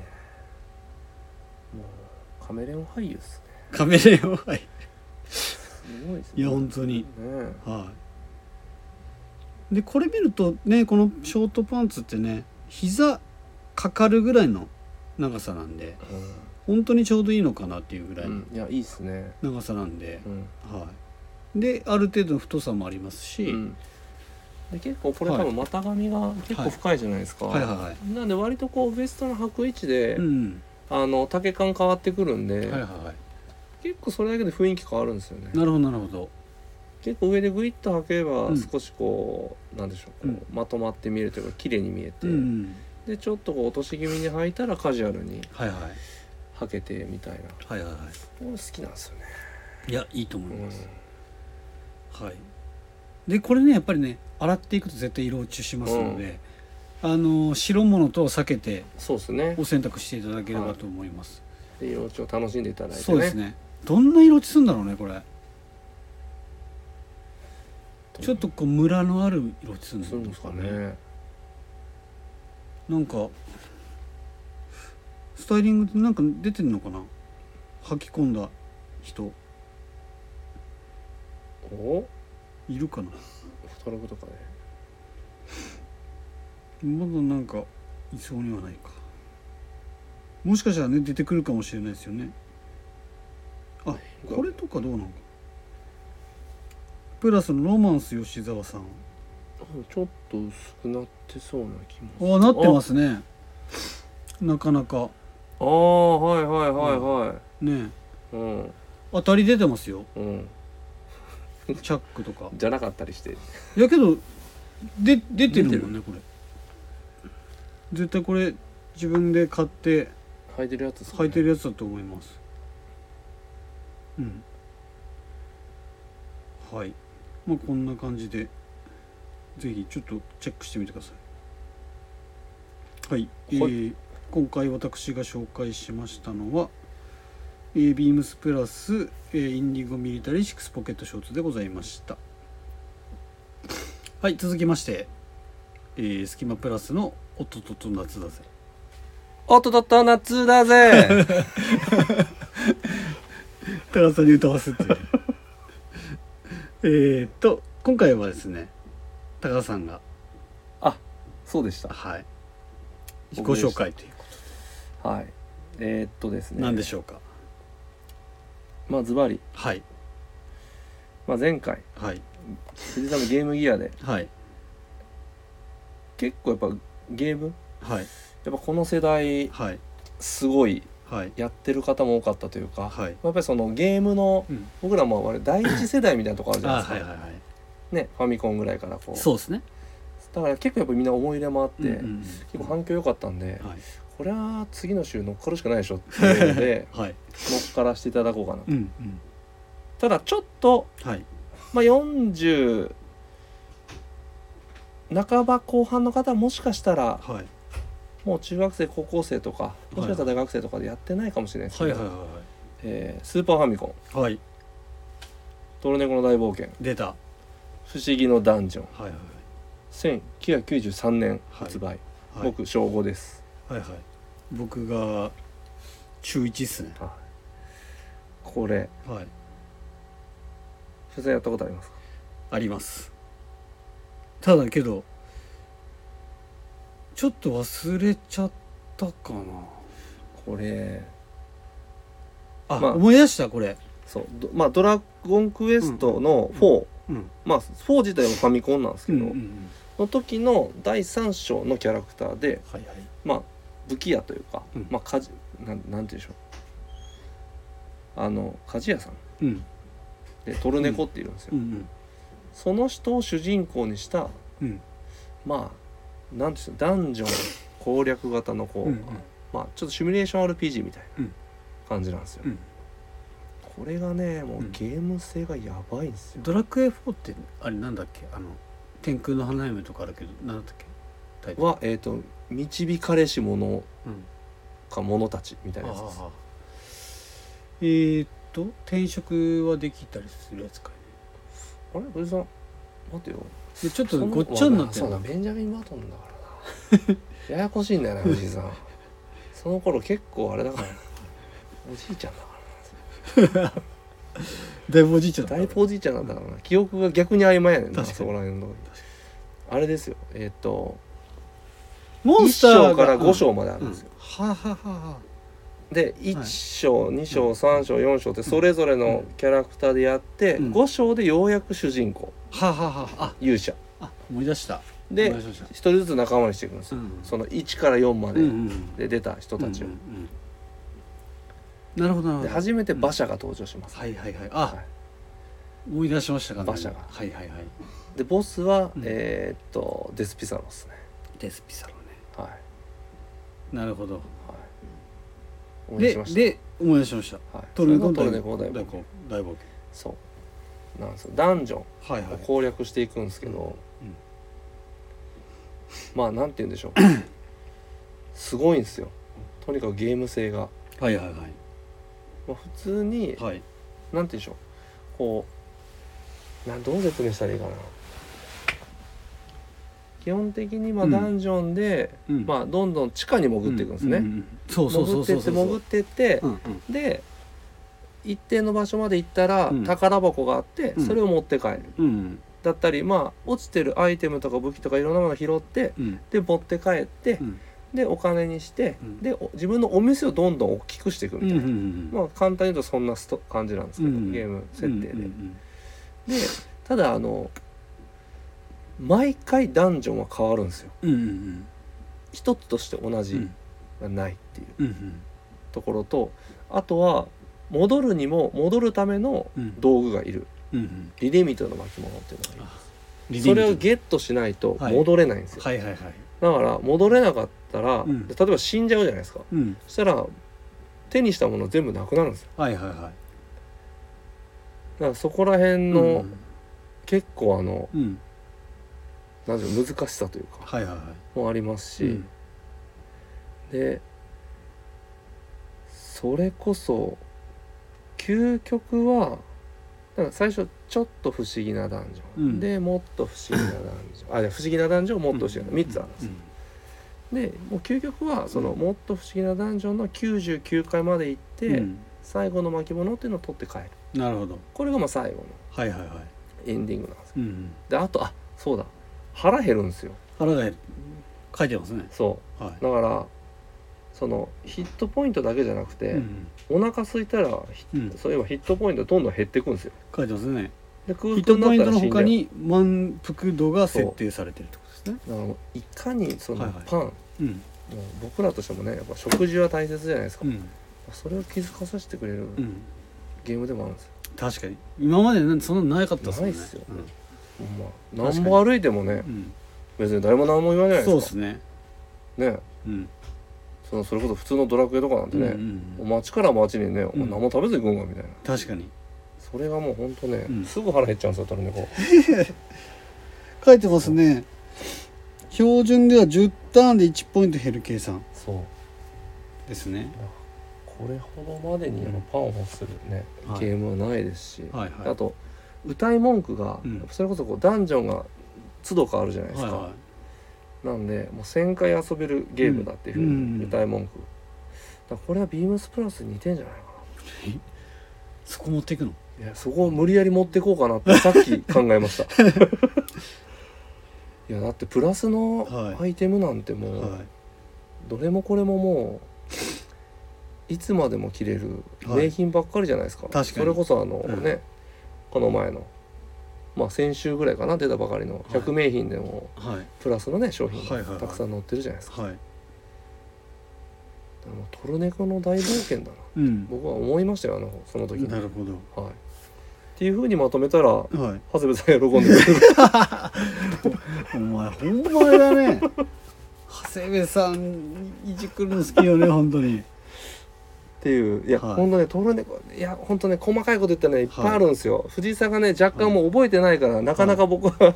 うカメレオン俳優っすね
カメレオンはい
すごいです
い
ね
や本当に
ねえ
はいでこれ見るとねこのショートパンツってね膝かかるぐらいの長さなんで本当にちょうどいいのかなっていうぐらい
う
の
ん、いやいいっすね
長さなんで、
うん、
はいである程度の太さもありますし、
うんで結構これ
はい
多分股上が結構深いじゃないですか、
はいはいはい
なんで割とこうベストの履く位置で、
うん
あの丈感変わってくるんで、
はいはいはい
結構それだけで雰囲気変わるんですよね
なるほどなるほど
結構上でグイッと履けば
うん
少しこう、なんでしょうこう、
うん
まとまって見えるというか綺麗に見えて、
うんうん
でちょっとこう落とし気味に履いたらカジュアルに
はいはい
履けてみたいなこ
はいはいは
れ好きなんですよね、
いいやいいと思います、
う
はいでこれねやっぱりね洗っていくと絶対色落ちしますので、あの白物とは避けて
ん、そうですね
お選択していただければと思います、
で幼鳥を楽しんでいただいてね
そうですねどんな色落ちするんだろうねこれちょっとこうムラのある色落ちするん
するん
で
ですす
か
か
ね
ね
なんかスタイリングでなんか出てんのかな履き込んだ人
お
いるかな
フトログとかね
まだなんかいそうにはないかもしかしたらね出てくるかもしれないですよねあこれとかどうなのかプラスのロマンス吉沢さん
ちょっと薄くなってそうな気もする
あなってますねなかなか
ああーはいはいはいは
ね
いうん
当たり出てますよ
うん、
チャックとか
じゃなかったりして
いやけどで出てるもんねこれ絶対これ自分で買って
履いてるやつですか、
履
ね、
いてるやつだと思いますうんはいまあこんな感じでぜひちょっとチェックしてみてくださいはい、えー今回私が紹介しましたのは、えー、ビームスプラス、えーインディゴミリタリーシックスポケットショーツでございましたはい続きまして、えー、スキマプラスの「おっとっとっと夏だぜ」
おっとっとっと夏だぜ
高田さんに歌わすっていうえーっと今回はですね高田さんが
そうでした
はい自己
僕でした
紹介というこ
はいえーっとです
と
ね
なんでしょうか、
まあズバリ、
はい
まあ、前回
はい
藤井さんのゲームギアで
はい
結構やっぱゲーム
はい
やっぱこの世代
はい
すごい
はい
やってる方も多かったというか、
はい
やっぱりそのゲームの
うん
僕らもあれ第一世代みたいなとこあるじゃない
あ
ですか、
はいはいはい
ね、ファミコンぐらいからこう
そうですね
だから結構やっぱみんな思い入れもあっ
う
て、
んうん
結構反響良かったんで、
はい
これは次の週乗っかるしかないでしょっていう ので
はい
乗っからしていただこうかな
うんうん
ただちょっと、
はい
まあ、40半ば後半の方はもしかしたら
はい
もう中学生高校生とかもしかしたら大学生とかでやってないかもしれないです
は
け
い
ど、
はいは
えースーパーファミコン
いはい
「トルネコの大冒険
出たは」
「不思議のダンジョン
いはい」
1993年発売、
はい
僕小5です、
はいはい僕が中一っすね
これ
はい
藤井さんやったことありますか
ありますただけどちょっと忘れちゃったかな
これ
あ、
まあ
思い出したこれ
そうどまあドラゴンクエストの4、
うん
まあ4自体はファミコンなんですけ
うん
ど、
うんうん
の時の第3章のキャラクターで
はいはい
まあ武器屋というか、
うん
まあ鍛冶なんなんて言うんでしょうあの鍛冶屋さん
うん
でトルネコっているんですよ、
うんうん
その人を主人公にした
うん
まあなんていうんでしょうダンジョン攻略型のこう、
うんうん
まあちょっとシミュレーション RPG みたいな感じなんですよ、
うん
これがねもううんゲーム性がやばいんですよ、
ドラクエ4ってあれなんだっけあの天空の花嫁とかあるけどなんだったっけタイトル
はえっ、と導かれし者
うん
か者たちみたいなやつです
ああえー、っと転職はできたりするやつかい
あれ藤井さん待てよ
でちょっ
そ
と
んな
ごっちゃになって
そう
る
だ
な
ベンジャミン・バトンだからな ややこしいんだよな藤井さんその頃結構あれだからな おじいちゃんだか
だいぶおじいちゃん
ら
だ
だいぶおじいちゃんだったからな記憶が逆に曖昧やねんな
確かに
そこら辺のあれですよえっ、と
モ
1
ンスター
章から
が
5章まであ
うん
るん
うん
ですよ、
はあはあはあはあ
で1章2章3章4章ってそれぞれのキャラクターでやって
うん
5章でようやく主人公
はあはあはああ
勇者
あ思い出した
で
思い出しまし
1人ずつ仲間にしていくんです
たう
よ
ん
その1から4
う
ま
んう
で
んうん
で出た人たちを
うんうんなるほどな
で
るほど
初めて馬車が登場します
はいはいはいあ
は
思い出しましたか
馬車が
はいはいはい
でボスは、
うん
えーっとデスピサロですね
デスピサロね
はい
なるほど
はい思い出
で
しました
で思い出しました
はい、
トルネコ
それがトルネコ
大
大
冒
冒険
大冒
そうなんですよダンジョンを
険はいはい
攻略していくんですけど、
うん
まあなんて言うん でしょうすごいんですよとにかくゲーム性
は
が、
いはいはい
まあ、普通に、
はい
なんて言うんでしょうこうなんどう説明したらいいかな基本的にまあ
うん
ダンジョンで、
うん
まあどんどん地下に潜っていくんですね、
うううそうそうそ
潜
うそう
ってっ
そ
て
う
潜ってって
うんうん
で一定の場所まで行ったら
うん
宝箱があって
うん
それを持って帰る
うん
だったりまあ落ちてるアイテムとか武器とかいろんなものを拾って
うん
で持って帰って
うん
でお金にして
うん
でお自分のお店をどんどん大きくしていく
うん
みたいな
うん
まあ簡単に言うとそんなスト感じなんですけど
うん
ゲーム設定
うんう
で
ん
でただあの毎回ダンジョンは変わるんですよ
うんうんうん
一つとして同
う
じ
ん
がないっていう
うんうん
ところとあとは戻るにも戻るための
うん
道具がいる
うんうん
リデミットの巻物っていうのがいる
リリ
そ
ー
れを
フ
ゲットしないと
はい
戻れないんですよ、
はいはいはい
だから戻れなかったら、
うん
例えば死んじゃうじゃないですか
うん
そしたら手にしたもの全部なくなるんですよ
はいはいは
だからそこら辺
い
の、
うん
結構あの
うん
なんていうの難しさというか
はいはいは
もあります
い
し、でそれこそ究極はなんか最初ちょっと不思議なダンジョン、
うん
でもっと不思議なダンジョンあいや不思議なダンジョンもっと不思議な、3つあるんです
す
でもう究極はその、
うん
もっと不思議なダンジョンの99回まで行って、
うん
最後の巻物っていうのを取って帰る
なるほど
これがまあ最後の
はいはいはい
エンディングなんですよ
うんうん
であとあそうだ腹減るんですよ
腹が減る書いてますね
そ
は
うだからそのヒットポイントだけじゃなく
い
て、
うん
お腹空いたらひ
うん
そういえばヒットポイントどんどん減っていくんですよ
書いてますね
で空
ヒット
腹
ポイ
に
ン
なっ
トの
たら死ん
他
でる
に満腹度が設定されてるってことですね
だからもういかにその
はいはい
パン、
うん
もう僕らとしてもねやっぱ食事は大切じゃないですか、
うん
それを気づかさせてくれる
うん
ゲームでもあるんですよ
確かに今までなんてそんなのなかったですもんね
ないっすよ
うん
ほんま
確か
何
に
も歩いてもね
うん
別に誰も何も言わないじゃ
そ
な
うで
いですか
すね
ね
うん
そのそれこそ普通のドラクエとかなんて
うんう
ね、
んうん
お町から町にね、お
ん
前何も食べずに行くんかみたいな
確かに
それがもうほんとね、
うん
すぐ腹減っちゃうんですよトルネコ
書いてますね標準では10ターンで1ポイント減る計算
そう
ですね
これほどまでにやっぱパンを欲するね、
はい
ゲームはないですし、
はいはい
あと歌い文句が、
うん
それこそこうダンジョンが都度変わるじゃないですか、
は
なんでもう1,000回遊べるゲームだっていうふ
うん
う
うん
に歌い文句、だからこれはビームスプラスに似てんじゃないか
いそこ持っていくの
ないやそこを無理やり持ってこうかな ってさっき考えました いやだってプラスの
はい
アイテムなんてもう、
はい
どれもこれももういつまでも着れる
はい
名品ばっかりじゃないですか,、
確かに
それこそあの
うん
ね、この前のまあ先週ぐらいかな出たばかりの
い
100名品でも
はい
プラスのね商品
はい
が
はいはい
たくさん載ってるじゃないですか、
はい
だからもうトルネコの大冒険だな
うん
僕は思いましたよあのその時に、
な
はい、
るほど
っていうふうにまとめたら長
はい
谷部さん喜んでくれる
お前ほんまだ ね長谷部さんいじくるの好きよね本当に
っていういや、
はい
ほんとねトルネコいや本当ね細かいこと言ったらねいっぱいあるんですよ、藤井さんがね若干もう覚えてないから、なかなか僕は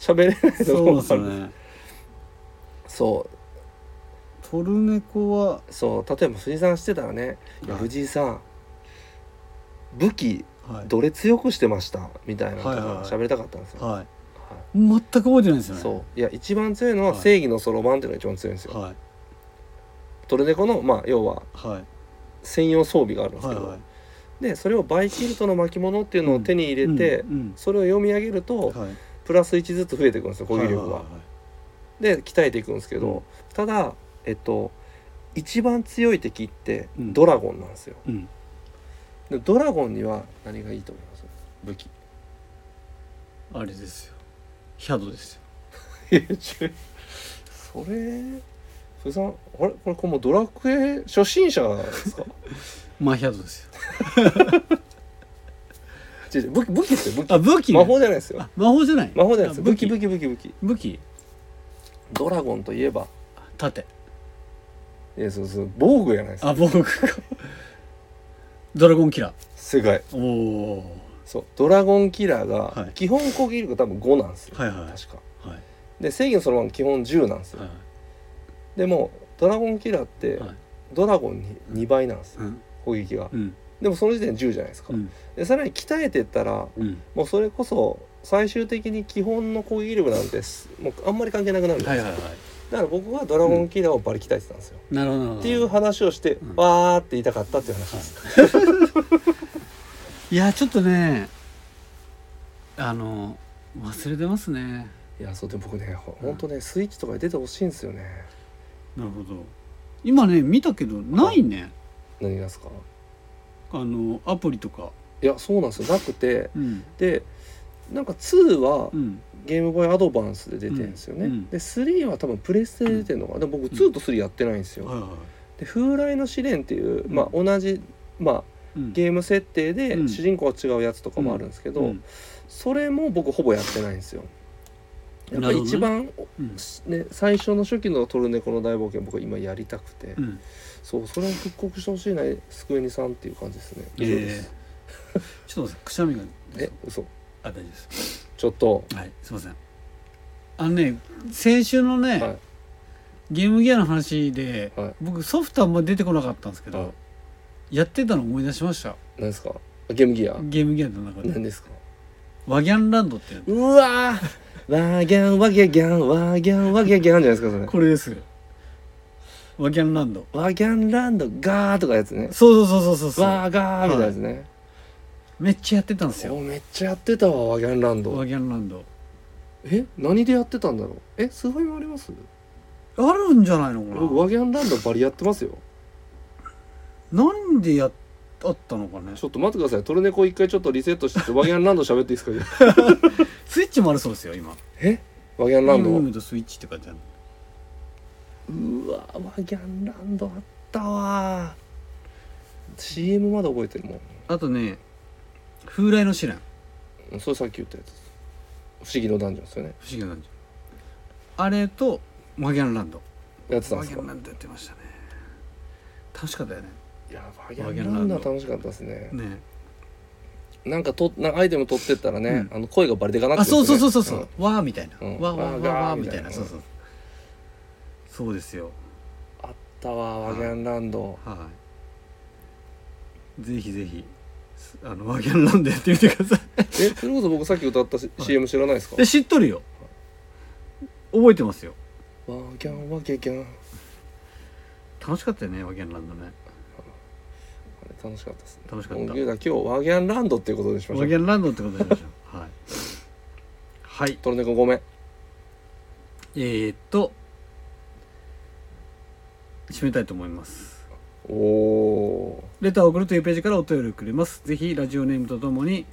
喋れないとこ
そう
ろ
で
があ
す
る
ね
そ
トルネコは
うそう例えば藤井さんしてたらね「いや
はい
藤井さん武器
はい
どれ強くしてました」みたいなこと
はいはいは
が
い
喋りたかったんですよ、
はい
は
全く覚えてないんです
い
よね
そういや一番強いのは
はい
正義のそろばんっていうのが一番強いんですよ、
はい
トルネコのまあ要は
はい
専用装備があるんです
は
け
い
ど、
はい
でそれをバイキルトの巻物っていうのを手に入れて、
うん
それを読み上げると、
うんはい
プラス1ずつ増えていくんですよ攻撃力が。
はいはい
で鍛えていくんですけど、
うん
ただえっと一番強い敵って
うん
ドラゴンなんですよ。
うん
でドラゴンには何がいいと思います武器。
あれですよヒャドですよ
それそれさんあれこれこれもうドラクエ初心者ですか
マヒャドですよ
違う違う武器武器ですよ武器
あ武器ね
魔法じゃないですよ
あ魔法じゃない
魔法じゃないです
あ
よ
武
武
器
器武器武器武器
武器
ドラゴンといえば
盾
いやそうそう防具じゃないですか
あ防具かドラゴンキラ
世界
ーおお
そうドラゴンキラー
は
が
い
基本攻撃力多分5なんですよ、
はいはいはい
確か
はい
で制御そのまま基本10なんですよ、
はい
でもドラゴンキラーって
はい
ドラゴンに2倍なんですよ
うん
攻撃が
うん
でもその時点で10じゃないですか、
うん
でさらに鍛えてったら
うん
もうそれこそ最終的に基本の攻撃力なんてすもうあんまり関係なくなるんです、
はいはいはい
だから僕はドラゴンキラーをバリ鍛えてたんですよ、
なるほどなるほど
っていう話をして、
うん
わーって言いたかったっていう話です、
いやちょっとねあの忘れてますね
い、やそうでも僕ねほほんとねスイッチとかで出てほしいんですよね
なるほど今ね見たけどないね
何がですか
あのアプリとか
いやそうなんですよなくて
うん
でなんか2は
うん
ゲームボーイアドバンスで出てるんですよね、
うんうん
で3は多分プレステで出てるのかなでも僕2と3やってないんですよ、
はいはいはい
で風来の試練っていう、
うん
まあ、同じ、まあ、
うん
ゲーム設定で
うん
主人公は違うやつとかもあるんですけど、
うん
それも僕ほぼやってないんですよやっぱり一番、
うん
ね、最初の初期の「トルネコの大冒険」僕は今やりたくて、
うん
そうそれを復刻してほしいなスクエニさんっていう感じですね
えー、ちょっと待ってくしゃみが
え嘘
あ大丈夫です
ちょっと
はい、すいません。あのね、先週のね、
はい
ゲームギアの話で、
はい
僕ソフトあんま出てこなかったんですけど、
あ
やってたの思い出しました。
何ですかゲームギア
ゲームギアの中で、
何ですか
ワギャンランドっていうの
うわーワーギャンワギャギャンワーギャンワギャギャンじゃないですかそれ
これです。ワギャンランド。
ワギャンランドガーとかやつね
そうそうそうそうそうそう。
ワーガーみたいなやつね、
めっちゃやってたんですよ。
そうめっちゃやってたわワギャンランド
ワギャンランド。
え何でやってたんだろうえスーファミもあります
あるんじゃないの
僕
か
ワギャンランドバリやってますよ
な。なんでやっあったのかね
ち。ょっと待ってくださいトルネコ一回ちょっとリセットしてワギャンランド喋っていいですか
スイッチもあるそうですよ今。
えワギャンランド、
ムームとスイッチって書いてある。
うわワギャンランドあったわ CM まだ覚えてるもん
あとね、風来の試練。
うんそれさっき言ったやつです不思議のダンジョンですよね
不思議な感じあれとマギャンランド
やってたん
マ
で
ギ
す
ャ
か
ンランドやってましたね楽しかったよね
いやワギャンランドは楽しかったですね
ね
なんかとなんかアイテム取ってったらね、
う
あの声がバリでかなって
あそうそうそうそう
く
そ
る
う
んですよね、
わーみたいな、
うん
わーわーわ
わー
ーわー
がー
みたいな
みたい
そう
な
そうそうですよ
うんあったわワギャンランド
はいぜひぜひすあのマギャンランドやってみてください
えそれこそ僕さっき歌ったし CM 知らないですか
で知っとるよ覚えてますよ
ワギャンワギャギャンあ
楽しかったよねマギャンランドね
れ楽しかったですね
楽しかっ
もう
た
ゆうた今日ワギャンランドっていうことにしましょ
マギ
う
ャンランドってことにしましょうはいはい
トルネコごめん
えー、っと締めたいと思います
おお
レターを送るというページからお便りをくれますぜひラジオネームとともに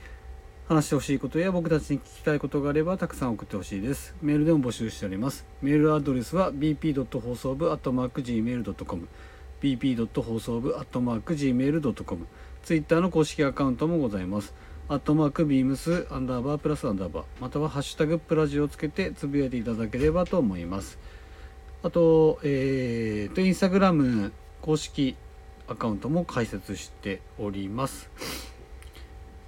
話してほしいことや僕たちに聞きたいことがあればたくさん送ってほしいですメールでも募集しておりますメールアドレスは bp. 放送部 .gmail.com bp. 放送部 .gmail.com ツイッターの公式アカウントもございますアットマークビームスアンダーバープラスアンダーバーまたはハッシュタグプラジをつけてつぶやいていただければと思いますあとえー、とインスタグラム公式アカウントも開設しております。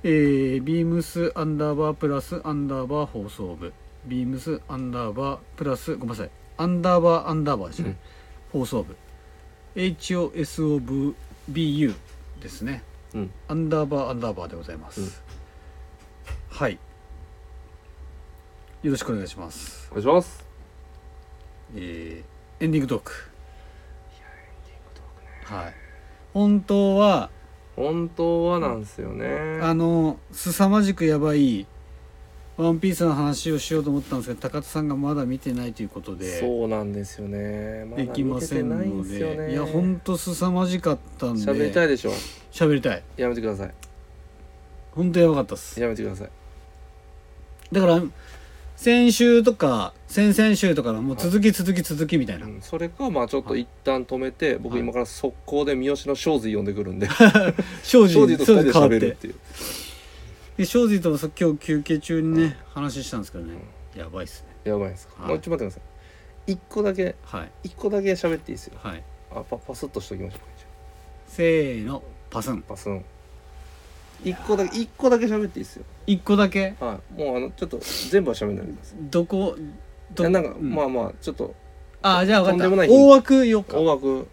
えー、ビームスアンダーバープラスアンダーバー放送部。ビームスアンダーバープラス、ごめんなさい。アンダーバーアンダーバーですね。放送部。HOSOBU ですね。
うん
アンダーバーアンダーバーでございます。
うん
はい。よろしくお願いします
お。願いします
えーエンディングトーク。はい。本当は、
本当はなんですよね
あの凄まじくやばい「ワンピースの話をしようと思ったんですが高田さんがまだ見てないということで
そうなんですよねまだ
できません
見てない
の
ですよ
で
ね
いやほんと凄まじかったんで
喋りたいでしょ
喋りたい
やめてください
ほんとやばかったっす
やめてください
だから先週とか先々週とかのもう続き続き続きみたいな、
うんそれかまあちょっと一旦止めて、僕
はい
今から速攻で三好の庄司呼んでくる んで
庄司
庄司と二人で
変わっ
喋るってていう
で庄司ともさ今日休憩中にね話したんですけどねやばいっすね
やばいですか、
はい
もうちょっと待ってください一個だけ
はい
一個だけ喋っていいですよ
はい
あパパスッとしときましょう一応
せーのパスン
パスン一個だけ一個だけ喋っていいですよ
一個だけ
はいもうあのちょっと全部は喋んないでください
どこ
い
ど
やなんか、
うん
まあまあちょっと
ああじゃあ分
とん
か
で
っ
も
た
ない
大枠言おうか
大枠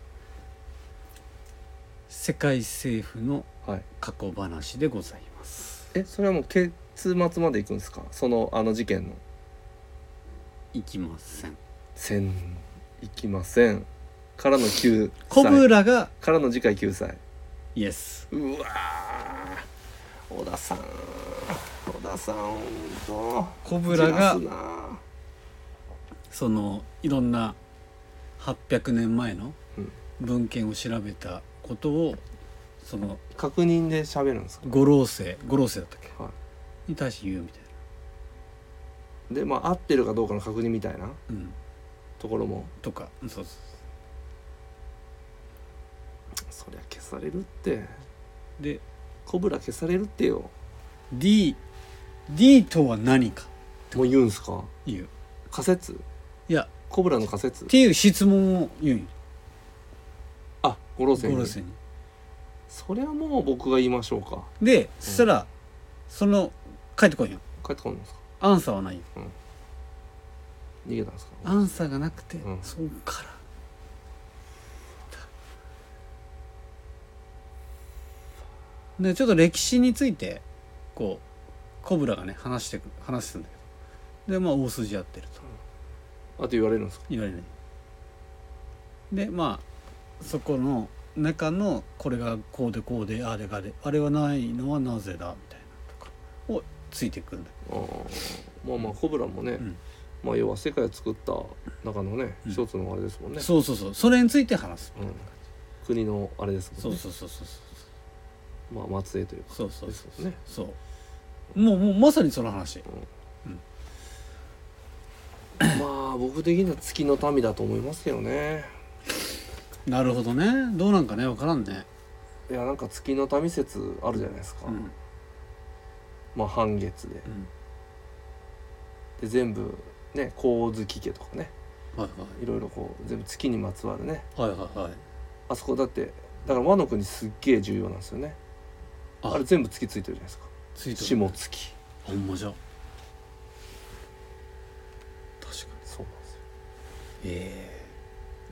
世界政府の
はい
過去話でございます
えそれはもう結末まで行くんですかそのあの事件の
いきません
せん行きませんからの救
コブ
済
ラが
からの次回救済
イエス
うわー小田さん小田さんほんと
コブラが
じらすな
そのいろんな800年前の
うん
文献を調べたことをその
確認で喋るんですか、
五老星五老星だったっけ
は、
に対して言うみたいない
でまあ合ってるかどうかの確認みたいな
うん
ところも
とかそうそうそ
そりゃ消されるって
うで
コブラ消されるってよ
D D とは何か
もう言うんすか
いう
仮説
いや
コブラの仮説
っていう質問を言うんよ
あ五老星
五
に
老星に
それはもう僕が言いましょうか
でそしたら、その帰ってこいよ
帰ってこないんですか
アンサーはないよ
逃げたんですか
アンサーがなくて、
うん
そうからだでちょっと歴史についてこうコブラがね話してく話すんだけどでまあ大筋合ってると
あと言われるんですか
言われないでまあそこの中のこれがこうでこうであれがあれあれはないのはなぜだみたいなとかをついてくるんだ
あーまあまあコブラもね、
ん
まあ要は世界を作った中のね、
うん
一つのあれですもんね
そうそうそうそれについて話す、
うん国のあれですもんね
そうそうそうそう
まあ末裔というか
そうそう
で
そ
す
う
もんね
そうもうもうまさにその話
まあ僕的には月の民だと思いますけどね
なるほどねどうなんかね分からんね、
いやなんか月の民説あるじゃないですか、
うん
まあ半月で
うん、
で全部ね光月家とかね
はい
いろいろこう全部月にまつわるね
はいはいはいはい
あそこだってだから和の国すっげえ重要なんですよねあ
あ
れ全部月ついてるじゃないですか
ついてる
下月
ほんまじゃ確かに
そうなんですよ
え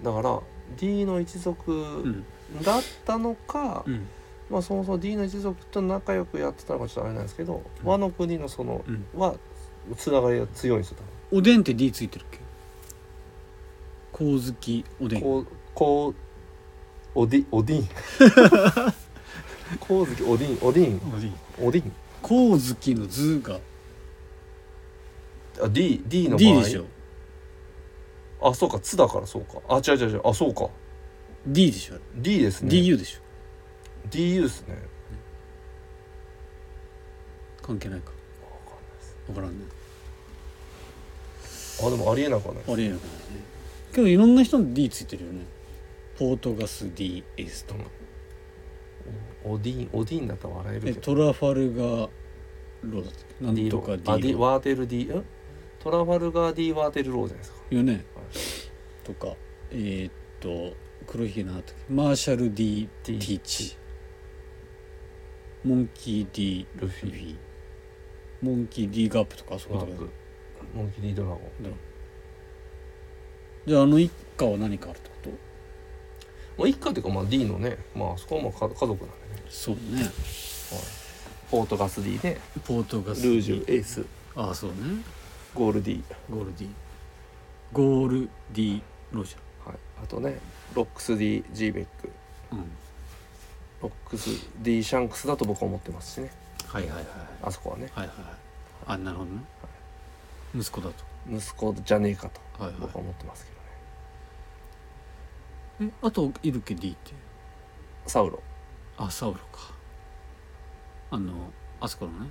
だから D の一
え
族だったのか、
うん
まあそもそも D の一族と仲良くやってたのかちょっとあれなんですけど、
うん
和の国のその
うん
はつながりが強いんですよ多分
おでんって D ついてるっけずきおでん
こうこうおでお でん光月おでんおでんおでん
こうずきの図が
あ D, D の場合
D でしょ
あそうか「つ」だからそうかあ違う違う違うあそうか
D でしょ
D ですね
DU でしょ
DU ですね
関係ないか分からんね
あでもありえなくはない
ありえなくないねけどいろんな人の D ついてるよねポートガス DS とか
おディーンおディーンだったら笑える
え
けど
トラファルガーローだったっけなん
D
と
ロ
か
ーあ D
D ロ
ワーテル D んトラファルガー D ワーテルローじゃないですか
ーよねとかえーっと黒ひげのあったっけマーシャル D テ
D
ィーチモンキー D
ルフ
ル
ィ
フィモンキー D ガップとかあそこ
ワ
だ
ー
けど
プモンキー D ドラゴン
じゃああの一家は何かあるってこと
まあ一家っていうかまあ D のねまあそこはまあか家族なんでね
そうね
ポートガス D で
ポートガ
ル
ス
ージュエース
ああそうね
ゴール D
ゴール D ゴール D ロジャ
はいあとねロックス D ジーベック
ーうん
ロックス D シャンクスだと僕は思ってますしね
はいはいはい
あそこはね
はいはいはいあなるほどね息子だと
息子じゃねえかと
はいはい
僕は思ってますけどね
えあといるっけ D って
サウロ
あサウロかあのあそこのね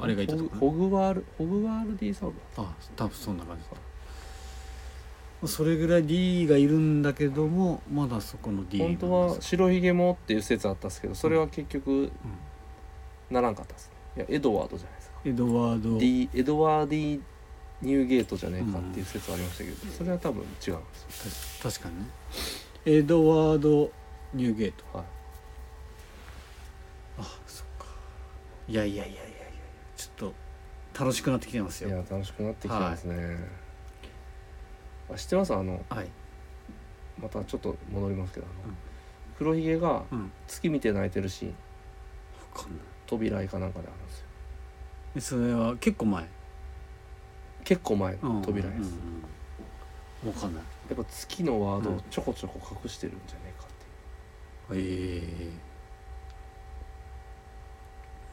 あれがいたとこ、ね、
ホグホグワールホグワール D サウロ
あ多分そんな感じだそれぐらい D がいるんだけどもまだそこの D
本当は白ひげもっていう説あったんですけどそれは結局ならんかったですねいやエドワードじゃないですか、
エドワード
D エドワーディニューゲートじゃねえかっていう説ありましたけど、それは多分違うんですよ、
た確かにねエドワード・ニューゲート
はい、
あそっかいやいやいやいやいやちょっと楽しくなってきてます
いや
よ
楽しくなってきてますね、あ知ってますあの
はい
またちょっと戻りますけどあの、
うん
黒ひげが
うん
月見て泣いてるシーン
分かんない
扉絵かなんかであるんですよ
えそれは結構前、
結構前の扉絵です、
分かんない
やっぱ月のワードをちょこちょこ隠してるんじゃねえかって
え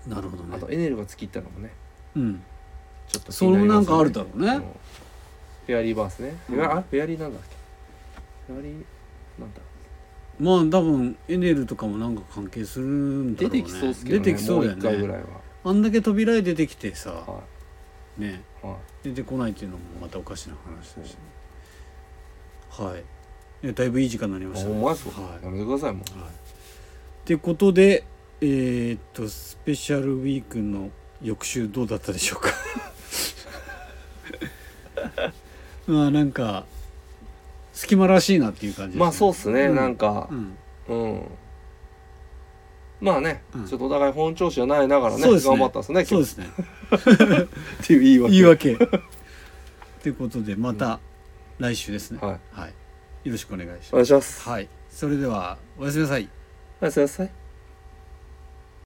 えなるほど
いう、
ね
あとエネルが月行ったのもね
うん
ちょっと気
そ
に
れ
り
もな
ま
ん
すよ
かあるだろう
うん
ね
フェアリーバースね、
うん
あフェアリーなんだっけフェアリーなんだ
まあ多分エネルとかもなんか関係するんだろ
出
うね
てきそうっすけど、ね、
出てきそうだよ
もう一回ぐ
ね
らいは
あんだけ扉へ出てきてさ
は
ね
いはい
出てこないっていうのもまたおかしな話だし、はいいやだいぶいい時間になりました
お
ね
前そう、
はい
やめてくださいもう
はい、ってことでえーっとスペシャルウィークの翌週どうだったでしょうか まあなんか隙間らしいなっていう感じですね
まあそうっすね、
うん
なんか
うん
うんまあね、
うん
ちょっとお互い本調子じゃないながらね
そうですね
頑張ったんですね
そうです
今日
ね
っていう言い訳
言い 訳ということでまた来週ですね、
はい
はい、よろしくお願いし
お
ま
願いします
すはいそれではおやすみなさい
おやすみなさい